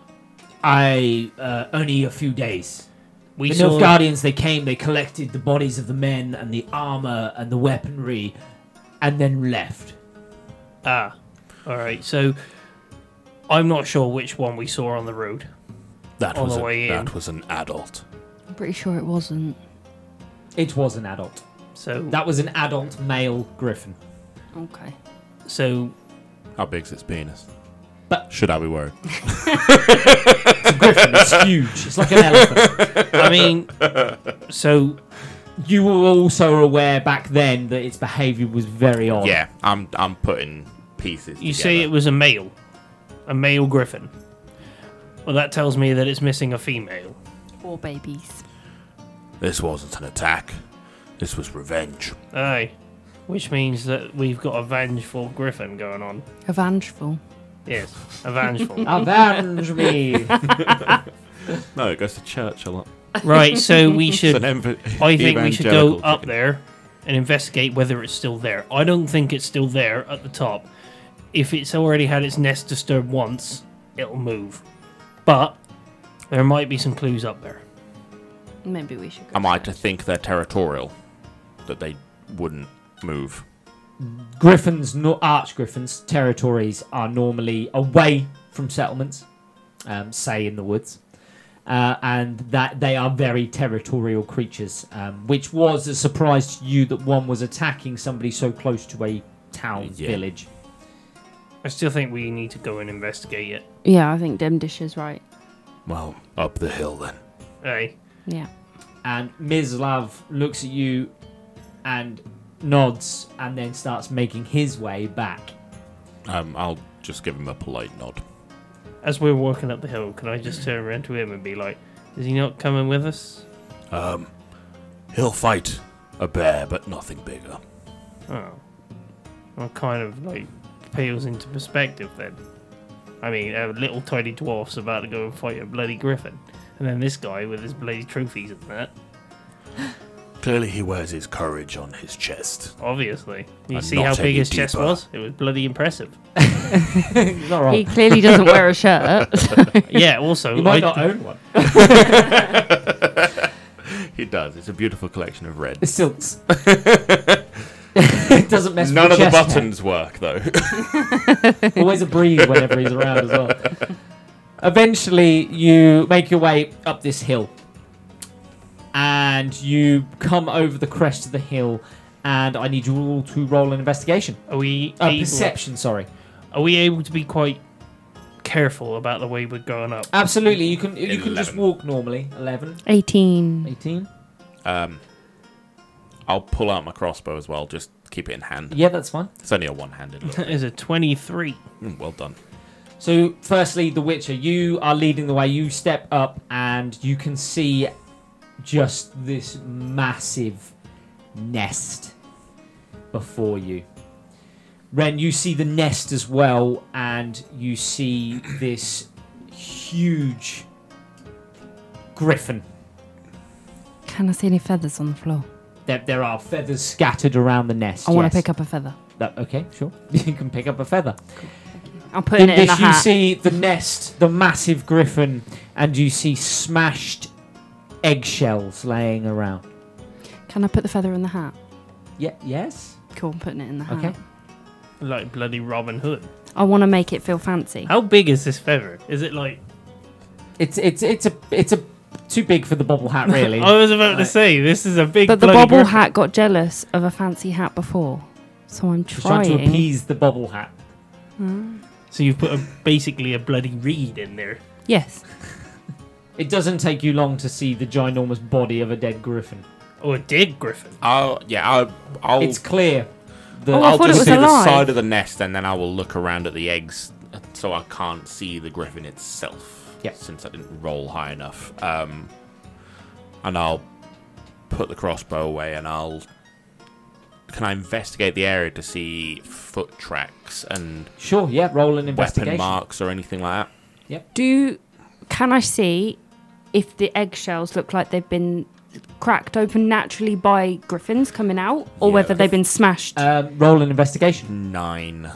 S1: I uh, only a few days.
S5: We
S1: the Guardians, they came, they collected the bodies of the men and the armor and the weaponry, and then left.
S5: Ah, all right. So I'm not sure which one we saw on the road.
S2: That
S5: On
S2: was
S5: the
S2: a-
S5: way in.
S2: that was an adult.
S3: I'm pretty sure it wasn't.
S1: It was an adult.
S5: So
S1: That was an adult male griffin.
S3: Okay.
S5: so
S4: How big's its penis?
S1: But-
S4: should I be worried?
S1: Griffin, it's huge. It's like an elephant.
S5: I mean, so
S1: You were also aware back then that its behavior was very odd.
S4: Yeah, I'm I'm putting pieces.
S5: you say it was a male, a male griffin. Well, that tells me that it's missing a female.
S3: Four babies.
S2: This wasn't an attack. This was revenge.
S5: Aye, which means that we've got a vengeful griffin going on.
S3: A vengeful.
S5: Yes, a vengeful.
S1: Avenge me.
S4: No, it goes to church a lot.
S5: right, so we should. I think we should go
S4: evangelical
S5: up
S4: chicken.
S5: there and investigate whether it's still there. I don't think it's still there at the top. If it's already had its nest disturbed once, it'll move. But there might be some clues up there.
S3: Maybe we should go.
S4: Am I to think they're territorial? That they wouldn't move?
S1: griffins, no, arch griffins, territories are normally away from settlements, um, say in the woods, uh, and that they are very territorial creatures, um, which was a surprise to you that one was attacking somebody so close to a town
S4: Yeah.
S1: village.
S5: I still think we need to go and investigate it.
S3: Yeah, I think Dimdish is right.
S2: Well, up the hill then.
S5: Hey,
S3: Yeah.
S1: And Ms. Lav looks at you and nods and then starts making his way back.
S4: Um, I'll just give him a polite nod.
S5: as we're walking up the hill, can I just turn around to him and be like, "Is he not coming with us?"
S2: Um, he'll fight a bear, but nothing bigger.
S5: Oh, well, kind of like pales into perspective then. I mean, a little tiny dwarf's about to go and fight a bloody griffin, and then this guy with his bloody trophies and that.
S2: Clearly, he wears his courage on his chest.
S5: Obviously, you
S2: And
S5: see
S2: not
S5: how big
S2: any
S5: his chest
S2: deeper.
S5: was. It was bloody impressive.
S1: He's not wrong.
S3: He clearly doesn't wear a shirt.
S5: yeah. Also,
S1: You might
S5: I-
S1: not own one.
S4: He does. It's a beautiful collection of red.
S1: It silks. it doesn't mess
S4: None
S1: with
S4: of
S1: your
S4: the
S1: chest hair.
S4: buttons work though.
S1: Always a breeze whenever he's around as well. Eventually, you make your way up this hill. And you come over the crest of the hill. And I need you all to roll an investigation.
S5: are we
S1: Uh,
S5: able,
S1: perception, sorry.
S5: Are we able to be quite careful about the way we're going up?
S1: Absolutely, you can you can just
S4: 11.
S1: walk normally. 11,
S3: 18.
S1: 18.
S4: um, I'll pull out my crossbow as well. Just keep it in hand.
S1: Yeah, that's fine.
S4: It's only a one-handed. little
S5: That is a twenty-three.
S4: Mm, well done.
S1: So, firstly, The Witcher, you are leading the way. You step up, and you can see just this massive nest before you. Ren, you see the nest as well, and you see this huge griffin.
S3: Can I see any feathers on the floor?
S1: There, there are feathers scattered around the nest.
S3: I want
S1: yes.
S3: to pick up a feather.
S1: That, okay, sure. You can pick up a feather.
S3: I'm putting it in
S1: this,
S3: the
S1: you
S3: hat.
S1: see the nest, the massive griffin, and you see smashed eggshells laying around.
S3: Can I put the feather in the hat?
S1: Yeah, yes.
S3: Cool, I'm putting it in the hat.
S1: Okay.
S5: Like bloody Robin Hood.
S3: I want to make it feel fancy.
S5: How big is this feather? Is it like?
S1: It's it's it's a it's a too big for the bobble hat really.
S5: I was about to
S1: Like-
S5: say this is a big.
S3: But the
S5: bloody
S3: bobble
S5: griffin.
S3: hat got jealous of a fancy hat before, so I'm
S1: Just trying
S3: trying.
S1: to appease the bobble hat.
S5: So you've put a, basically a bloody reed in there.
S3: Yes,
S1: It doesn't take you long to see the ginormous body of a dead griffin.
S5: Or a dead Oh, griffin.
S4: I'll yeah I'll I'll,
S1: It's clear. that
S3: Oh, I
S4: I'll
S3: thought it
S4: just
S3: was
S4: see the
S3: alive.
S4: side of the nest and then I will look around at the eggs so I can't see the griffin itself.
S1: Yeah.
S4: Since I didn't roll high enough, um, and I'll put the crossbow away and I'll can I investigate the area to see foot tracks and
S1: Sure, yeah, roll an
S4: weapon
S1: investigation.
S4: marks or anything like that.
S3: do can I see if the eggshells look like they've been cracked open naturally by griffins coming out, or
S4: Yeah.
S3: whether they've been smashed?
S1: Um, roll an investigation.
S4: Nine.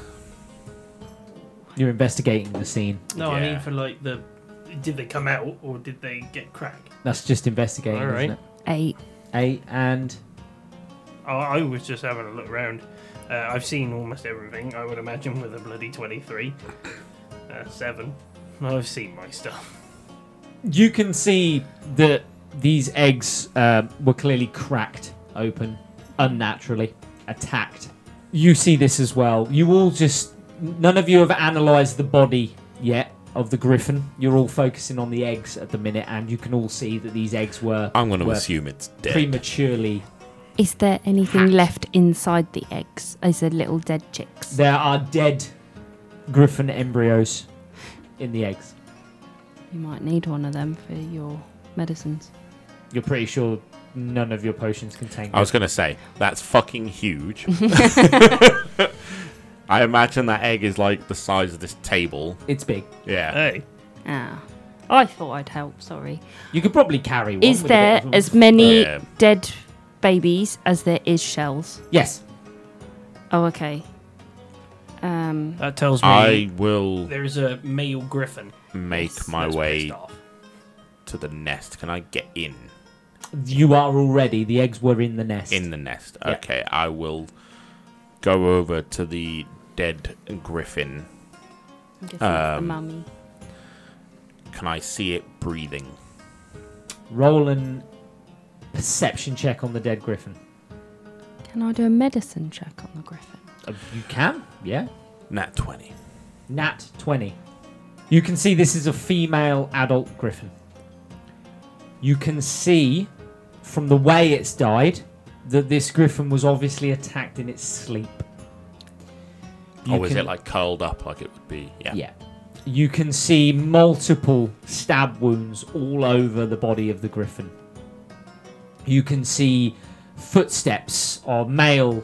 S1: You're investigating the scene.
S5: No, I
S4: Yeah.
S5: mean for like the. Did they come out or did they get cracked?
S1: That's just investigating,
S5: Alright.
S1: isn't it?
S3: Eight.
S1: Eight and
S5: I, I was just having a look around. Uh, I've seen almost everything. I would imagine with a bloody twenty-three, uh, seven. I've seen my stuff.
S1: you can see that these eggs uh, were clearly cracked open, unnaturally attacked. You see this as well. You all just none of you have analysed the body yet of the griffin. You're all focusing on the eggs at the minute, and you can all see that these eggs were
S4: I'm going to
S1: were
S4: assume it's dead.
S1: prematurely.
S3: Is there anything left inside the eggs? Is there little dead chicks?
S1: There are dead griffin embryos in the eggs.
S3: you might need one of them for your medicines.
S1: You're pretty sure none of your potions contain.
S4: I was going to say, that's fucking huge. I imagine that egg is like the size of this table.
S1: It's big. Uh,
S4: Yeah.
S5: Hey,
S3: Ah, I thought I'd help. Sorry.
S1: You could probably carry one.
S3: Is
S1: with a bit
S3: there
S1: of a-
S3: as many
S4: Oh, Yeah.
S3: dead babies as there is shells?
S1: yes?
S3: Oh, okay. Um,
S5: that tells me
S4: I will
S5: there's a male griffin.
S4: make
S5: That's-
S4: my
S5: that's
S4: way
S5: pissed off.
S4: to the nest. Can I get in?
S1: You are already. The eggs were in the nest.
S4: In the nest.
S1: Yeah.
S4: Okay, I will go over to the dead griffin.
S3: I'm guessing it's the
S4: Um,
S3: mummy.
S4: Can I see it breathing?
S1: Roll an perception check on the dead griffin.
S3: Can I do a medicine check on the griffin?
S1: Uh, You can, yeah.
S4: Nat 20.
S1: Nat twenty. You can see this is a female adult griffin. You can see from the way it's died that this griffin was obviously attacked in its sleep. You
S4: or Oh, is
S1: can-
S4: it like curled up like it would be? Yeah.
S1: Yeah. You can see multiple stab wounds all over the body of the griffin. You can see footsteps or male,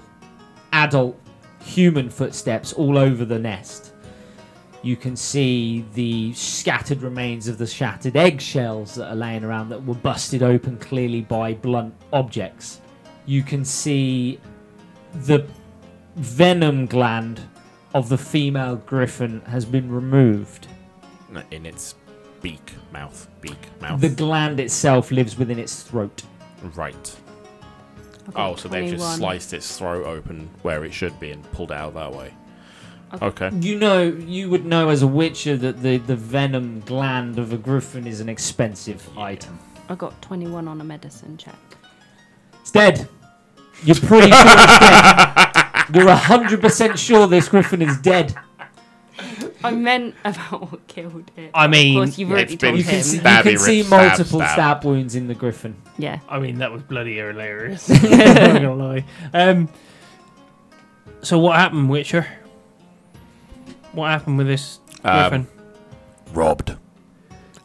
S1: adult, human footsteps all over the nest. You can see the scattered remains of the shattered eggshells that are laying around that were busted open clearly by blunt objects. You can see the venom gland of the female griffin has been removed.
S4: In its beak, mouth, beak, mouth.
S1: The gland itself lives within its throat.
S4: Right.
S3: I've got
S4: Oh, so they've just
S3: 21.
S4: sliced its throat open where it should be and pulled it out that way.
S3: Okay.
S4: Okay.
S1: You know, you would know as a witcher that the, the venom gland of a griffin is an expensive item.
S3: I got 21 on a medicine check.
S1: It's dead. You're pretty sure it's dead. You're 100% sure this griffin is dead.
S3: I meant about what killed it.
S5: I mean,
S3: of course, you've already
S4: it's been-
S3: told
S1: You
S3: him.
S1: can see, you
S4: Stabby
S1: can
S4: rip,
S1: see
S4: stab,
S1: multiple
S4: stab.
S1: stab wounds in the griffin.
S3: yeah.
S5: I mean, that was bloody hilarious. I'm not gonna lie. Um, so what happened, Witcher? What happened with this
S4: Um,
S5: griffin?
S2: Robbed.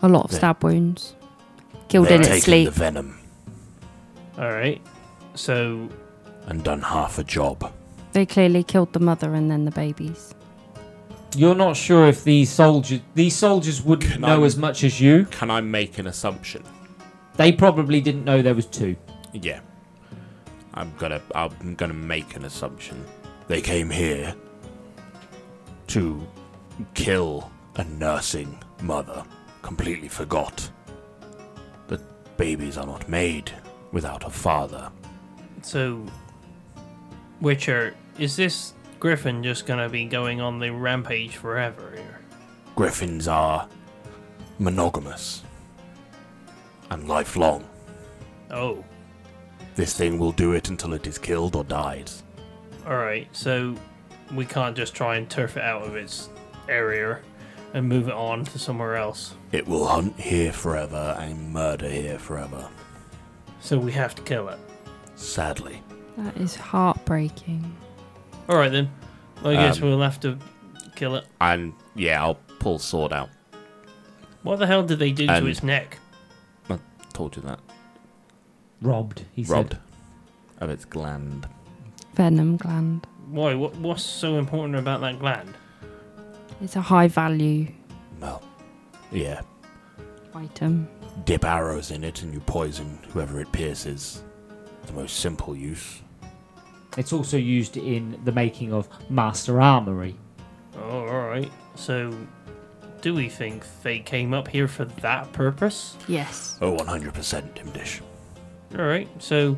S3: A lot of
S2: They-
S3: stab wounds. Killed
S2: They're
S3: in
S2: taking
S3: its sleep.
S2: the venom
S5: All right. So
S2: and done half a job.
S3: They clearly killed the mother and then the babies.
S1: You're not sure if these soldiers these soldiers wouldn't
S4: Can
S1: know
S4: I-
S1: as much as you.
S4: Can I make an assumption?
S1: They probably didn't know there was two.
S4: Yeah. I'm gonna I'm gonna make an assumption
S2: They came here to kill a nursing mother. Completely forgot that babies are not made without a father.
S5: So, Witcher, is this Griffin just gonna be going on the rampage forever here?
S2: Griffins are monogamous and lifelong.
S5: Oh,
S2: This thing will do it until it is killed or dies.
S5: alright, so we can't just try and turf it out of its area and move it on to somewhere else.
S2: It will hunt here forever and murder here forever.
S5: So we have to kill it.
S2: Sadly.
S3: That is heartbreaking.
S5: Alright then, I guess
S4: Um,
S5: we'll have to kill it.
S4: And yeah, I'll pull sword out.
S5: What the hell did they do to
S4: and-
S5: its neck?
S4: Told you that.
S1: Robbed, he
S4: Robbed
S1: said.
S4: of its gland.
S3: Venom gland.
S5: Why? What, what's so important about that gland?
S3: It's a high value
S2: Well, yeah.
S3: item.
S2: Dip arrows in it and you poison whoever it pierces. The most simple use.
S1: It's also used in the making of Master Armory.
S5: Oh, alright. So, do we think they came up here for that purpose?
S3: Yes.
S2: Oh, 100% Dimdish.
S5: Alright, so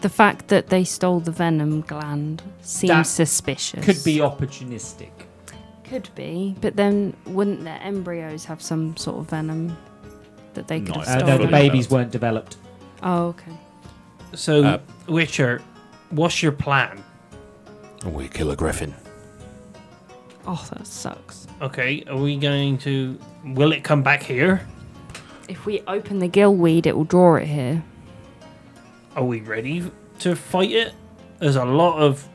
S3: The fact that they stole the venom gland seems
S1: That
S3: suspicious.
S1: Could be opportunistic.
S3: Could be, but then wouldn't their embryos have some sort of venom that they could
S4: Not
S1: Uh, no,
S3: have stolen?
S1: the
S4: Fully
S1: babies
S4: developed.
S1: weren't developed.
S3: Oh, okay.
S5: So,
S4: Uh,
S5: Witcher, what's your plan?
S2: And we kill a griffin.
S3: Oh, that sucks.
S5: Okay, are we going to? Will it come back here?
S3: If we open the gillweed, it will draw it here.
S5: Are we ready to fight it? There's a lot of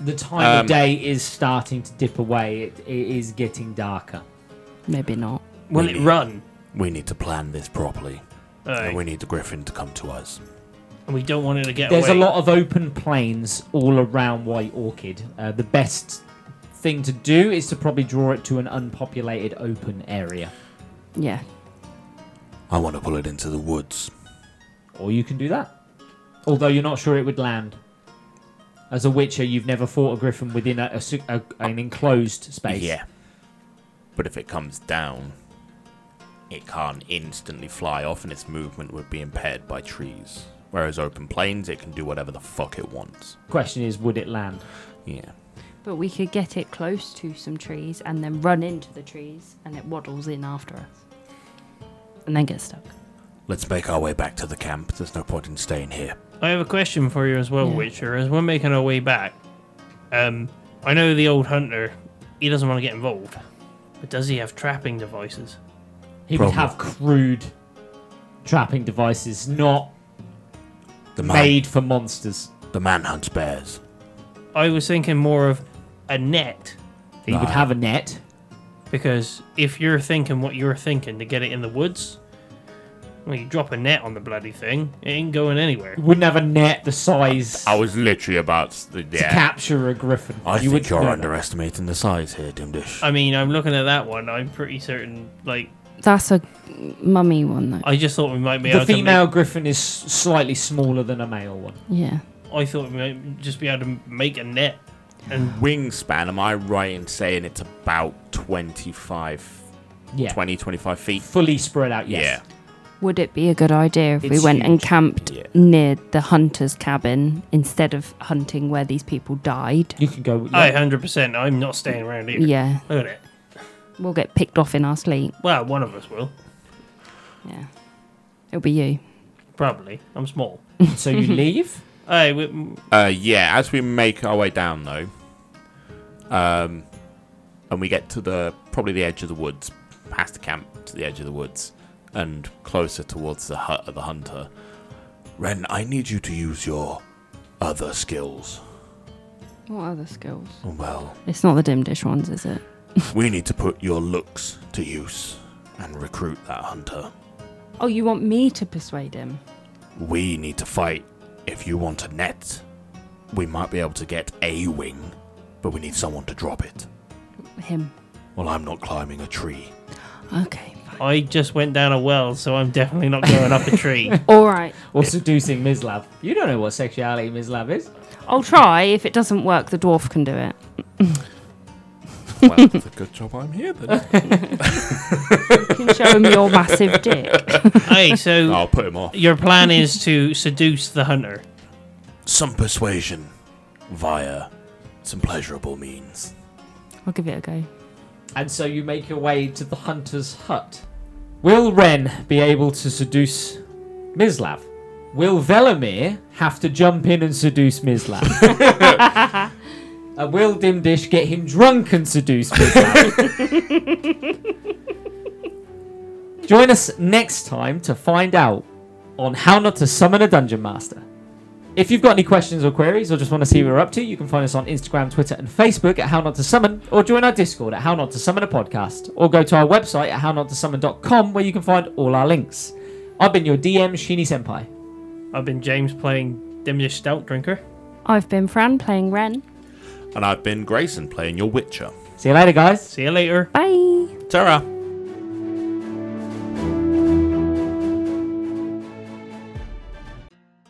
S1: The time
S4: Um,
S1: of day is starting to dip away. It, it is getting darker.
S3: Maybe not.
S5: will it
S2: Really?
S5: run?
S2: We need to plan this properly.
S5: Aye.
S2: And we need the griffin to come to us.
S5: and we don't want it to get
S1: There's
S5: away.
S1: a lot of open plains all around White Orchid. Uh, the best thing to do is to probably draw it to an unpopulated open area.
S3: Yeah.
S2: I want to pull it into the woods.
S1: Or you can do that. Although you're not sure it would land. As a witcher, you've never fought a griffin within a, a su- a- an enclosed space.
S4: Yeah. But if it comes down, it can't instantly fly off and its movement would be impaired by trees. Whereas open plains, it can do whatever the fuck it wants.
S1: Question is, would it land?
S4: Yeah.
S3: But we could get it close to some trees and then run into the trees and it waddles in after us. And then get stuck.
S2: Let's make our way back to the camp. There's no point in staying here.
S5: I have a question for you as well,
S3: Yeah.
S5: Witcher. As we're making our way back, um, I know the old hunter. He doesn't want to get involved, but does he have trapping devices?
S1: He
S2: Probably.
S1: would have crude trapping devices, not
S2: The man,
S1: made for monsters.
S2: the man hunts bears.
S5: I was thinking more of a net
S1: He
S2: Right.
S1: would have a net.
S5: Because if you're thinking what you're thinking to get it in the woods, well, you drop a net on the bloody thing, it ain't going anywhere.
S1: He wouldn't have a net the size
S4: I was literally about to.
S1: to capture a griffin.
S2: I
S1: you
S2: think
S1: would,
S2: you're
S1: no, no.
S2: underestimating the size here, Dimdish.
S5: I mean, I'm looking at that one. I'm pretty certain. Like,
S3: That's a mummy one, though.
S5: I just thought we might be
S1: the
S5: able
S1: female griffin is slightly smaller than a male one.
S3: Yeah.
S5: to. Make, I thought we might just be able to make a net.
S4: Wingspan, am I right in saying it's about 25,
S1: Yeah.
S4: 20, 25 feet?
S1: Fully spread out, yes.
S3: Would it be a good idea if we
S1: It's
S3: went and
S1: huge.
S3: camped
S4: Yeah.
S3: near the hunter's cabin instead of hunting where these people died?
S1: You can go.
S5: I
S1: yeah.
S5: hundred percent. I'm not staying around here.
S3: Yeah.
S5: Look at it.
S3: We'll get picked off in our sleep.
S5: Well, one of us will
S3: Yeah. It'll be you.
S5: probably. I'm small.
S1: so you leave.
S5: I w-
S4: Uh, yeah, as we make our way down, though, um, and we get to the probably the edge of the woods, past the camp to the edge of the woods, and closer towards the hut of the hunter.
S2: Ren, I need you to use your other skills.
S3: What other skills?
S2: Well,
S3: It's not the dim dish ones, is it?
S2: we need to put your looks to use and recruit that hunter.
S3: Oh, you want me to persuade him?
S2: We need to fight. If you want a net, we might be able to get a wing, but we need someone to drop it.
S3: Him.
S2: Well, I'm not climbing a tree.
S3: Okay,
S5: I just went down a well, so I'm definitely not going up a tree.
S3: All right.
S1: Or seducing Mislav. You don't know what sexuality Mislav is.
S3: I'll try. If it doesn't work, the dwarf can do it.
S4: well, it's a good job I'm here then.
S3: You can show him your massive dick.
S5: hey, so
S4: I'll put him off.
S5: your plan is to seduce the hunter.
S2: Some persuasion via some pleasurable means.
S3: I'll give it a go.
S1: And so you make your way to the hunter's hut. Will Ren be able to seduce Mislav? Will Velimir have to jump in and seduce Mislav? and will Dimdish get him drunk and seduce Mislav? Join us next time to find out on how not to summon a dungeon master. If you've got any questions or queries or just want to see what we're up to, you can find us on Instagram, Twitter, and Facebook at How Not to Summon, or join our Discord at How Not to Summon a Podcast, or go to our website at hownotosummon.com where you can find all our links. I've been your DM, Shini Senpai.
S5: I've been James playing Dimdish Stout Drinker.
S3: I've been Fran playing Ren.
S4: And I've been Grayson playing your Witcher.
S1: See you later, guys.
S5: See you later.
S3: Bye.
S4: Tara.